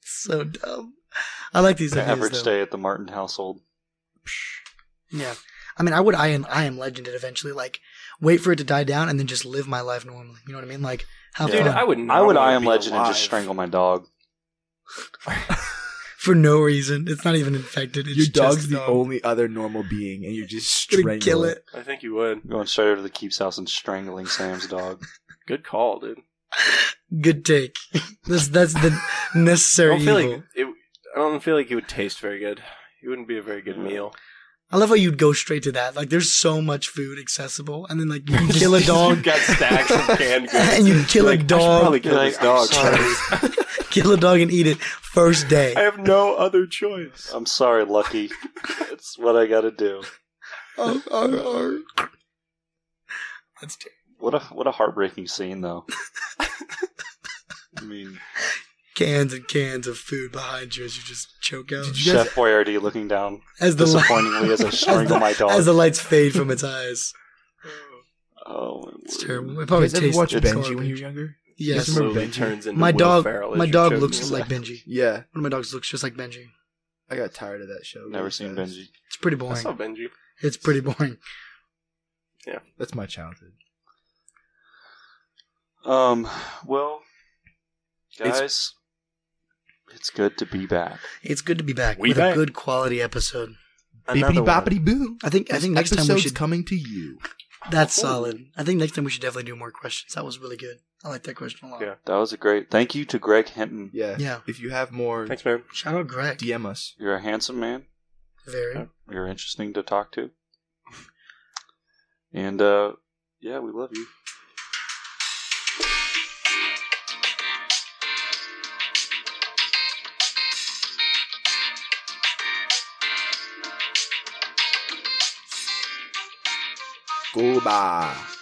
Speaker 2: so dumb. I like these
Speaker 4: the
Speaker 2: ideas
Speaker 4: average
Speaker 2: though.
Speaker 4: day at the Martin household.
Speaker 2: Yeah, I mean, I would. I am. I am legended eventually. Like wait for it to die down and then just live my life normally. You know what I mean? Like have
Speaker 3: Dude,
Speaker 2: fun
Speaker 3: I would.
Speaker 4: I
Speaker 3: not
Speaker 4: would
Speaker 3: wanna
Speaker 4: I am
Speaker 3: be
Speaker 4: legend and just
Speaker 3: alive.
Speaker 4: strangle my dog.
Speaker 2: for no reason. It's not even infected. It's
Speaker 1: Your
Speaker 2: just
Speaker 1: dog's
Speaker 2: a
Speaker 1: the
Speaker 2: dog.
Speaker 1: only other normal being, and you just
Speaker 2: Gonna
Speaker 1: strangle
Speaker 2: kill
Speaker 1: it.
Speaker 2: it.
Speaker 3: I think you would.
Speaker 4: Going straight over to the Keeps house and strangling Sam's dog.
Speaker 3: Good call, dude.
Speaker 2: Good take. that's that's the
Speaker 3: I
Speaker 2: necessary
Speaker 3: don't feel
Speaker 2: evil.
Speaker 3: like it. I don't feel like it would taste very good. It wouldn't be a very good meal.
Speaker 2: I love how you'd go straight to that. Like there's so much food accessible, and then like you kill a dog,
Speaker 3: got stacks of canned
Speaker 2: and you kill
Speaker 3: Like, I
Speaker 2: a
Speaker 3: should
Speaker 2: dog,
Speaker 3: probably kill
Speaker 4: Like,
Speaker 3: this dog.
Speaker 4: I'm
Speaker 2: kill a dog and eat it first day.
Speaker 3: I have no other choice.
Speaker 4: I'm sorry, Lucky. it's what I got to do.
Speaker 2: Arr, arr, arr. Oh, That's ter-
Speaker 4: What a what a heartbreaking scene, though. I mean,
Speaker 2: cans and cans of food behind you as you just choke out.
Speaker 1: Did you guys-
Speaker 4: Chef Boyardee looking down
Speaker 2: As the light-
Speaker 4: disappointingly as I strangle my dog.
Speaker 2: as the lights fade from its eyes,
Speaker 4: oh, my
Speaker 2: it's
Speaker 4: word.
Speaker 2: terrible. It
Speaker 1: You
Speaker 2: probably
Speaker 1: guys ever
Speaker 2: tastes
Speaker 1: watch
Speaker 2: it's
Speaker 1: Benji
Speaker 2: garbage.
Speaker 1: when you were younger?
Speaker 2: Yes,
Speaker 1: Yes, remember
Speaker 3: Slowly
Speaker 1: Benji?
Speaker 3: turns into
Speaker 2: my
Speaker 3: Will
Speaker 2: dog,
Speaker 3: Ferrell as
Speaker 2: my
Speaker 3: you
Speaker 2: dog
Speaker 3: choke
Speaker 2: looks
Speaker 3: him.
Speaker 2: like Benji.
Speaker 1: Yeah,
Speaker 2: One of my dogs looks just like Benji.
Speaker 1: I got tired of that show.
Speaker 4: Never
Speaker 1: really
Speaker 4: seen
Speaker 1: fast.
Speaker 4: Benji.
Speaker 2: It's pretty
Speaker 3: I
Speaker 2: boring.
Speaker 3: saw Benji.
Speaker 2: It's pretty boring.
Speaker 1: That's my childhood.
Speaker 4: Um, well,
Speaker 3: It's-
Speaker 4: guys, it's, good to be back.
Speaker 2: It's good to be back
Speaker 3: We
Speaker 2: with a
Speaker 3: back.
Speaker 2: good quality episode.
Speaker 1: Bippity boppity boo.
Speaker 2: I think I think next time we
Speaker 1: Episode's
Speaker 2: should.
Speaker 1: coming to you.
Speaker 2: That's solid. I think next time we should definitely do more questions. That was really good. I like that question a lot.
Speaker 3: Yeah.
Speaker 4: That was a great. Thank you to Greg Hinton.
Speaker 1: Yeah.
Speaker 2: Yeah.
Speaker 1: If you have more,
Speaker 3: Thanks, man.
Speaker 2: Shout out Greg.
Speaker 1: DM us.
Speaker 4: You're a handsome man.
Speaker 2: Very.
Speaker 3: Yeah.
Speaker 4: You're interesting to talk to. And uh, yeah, we love you.
Speaker 1: Goodbye.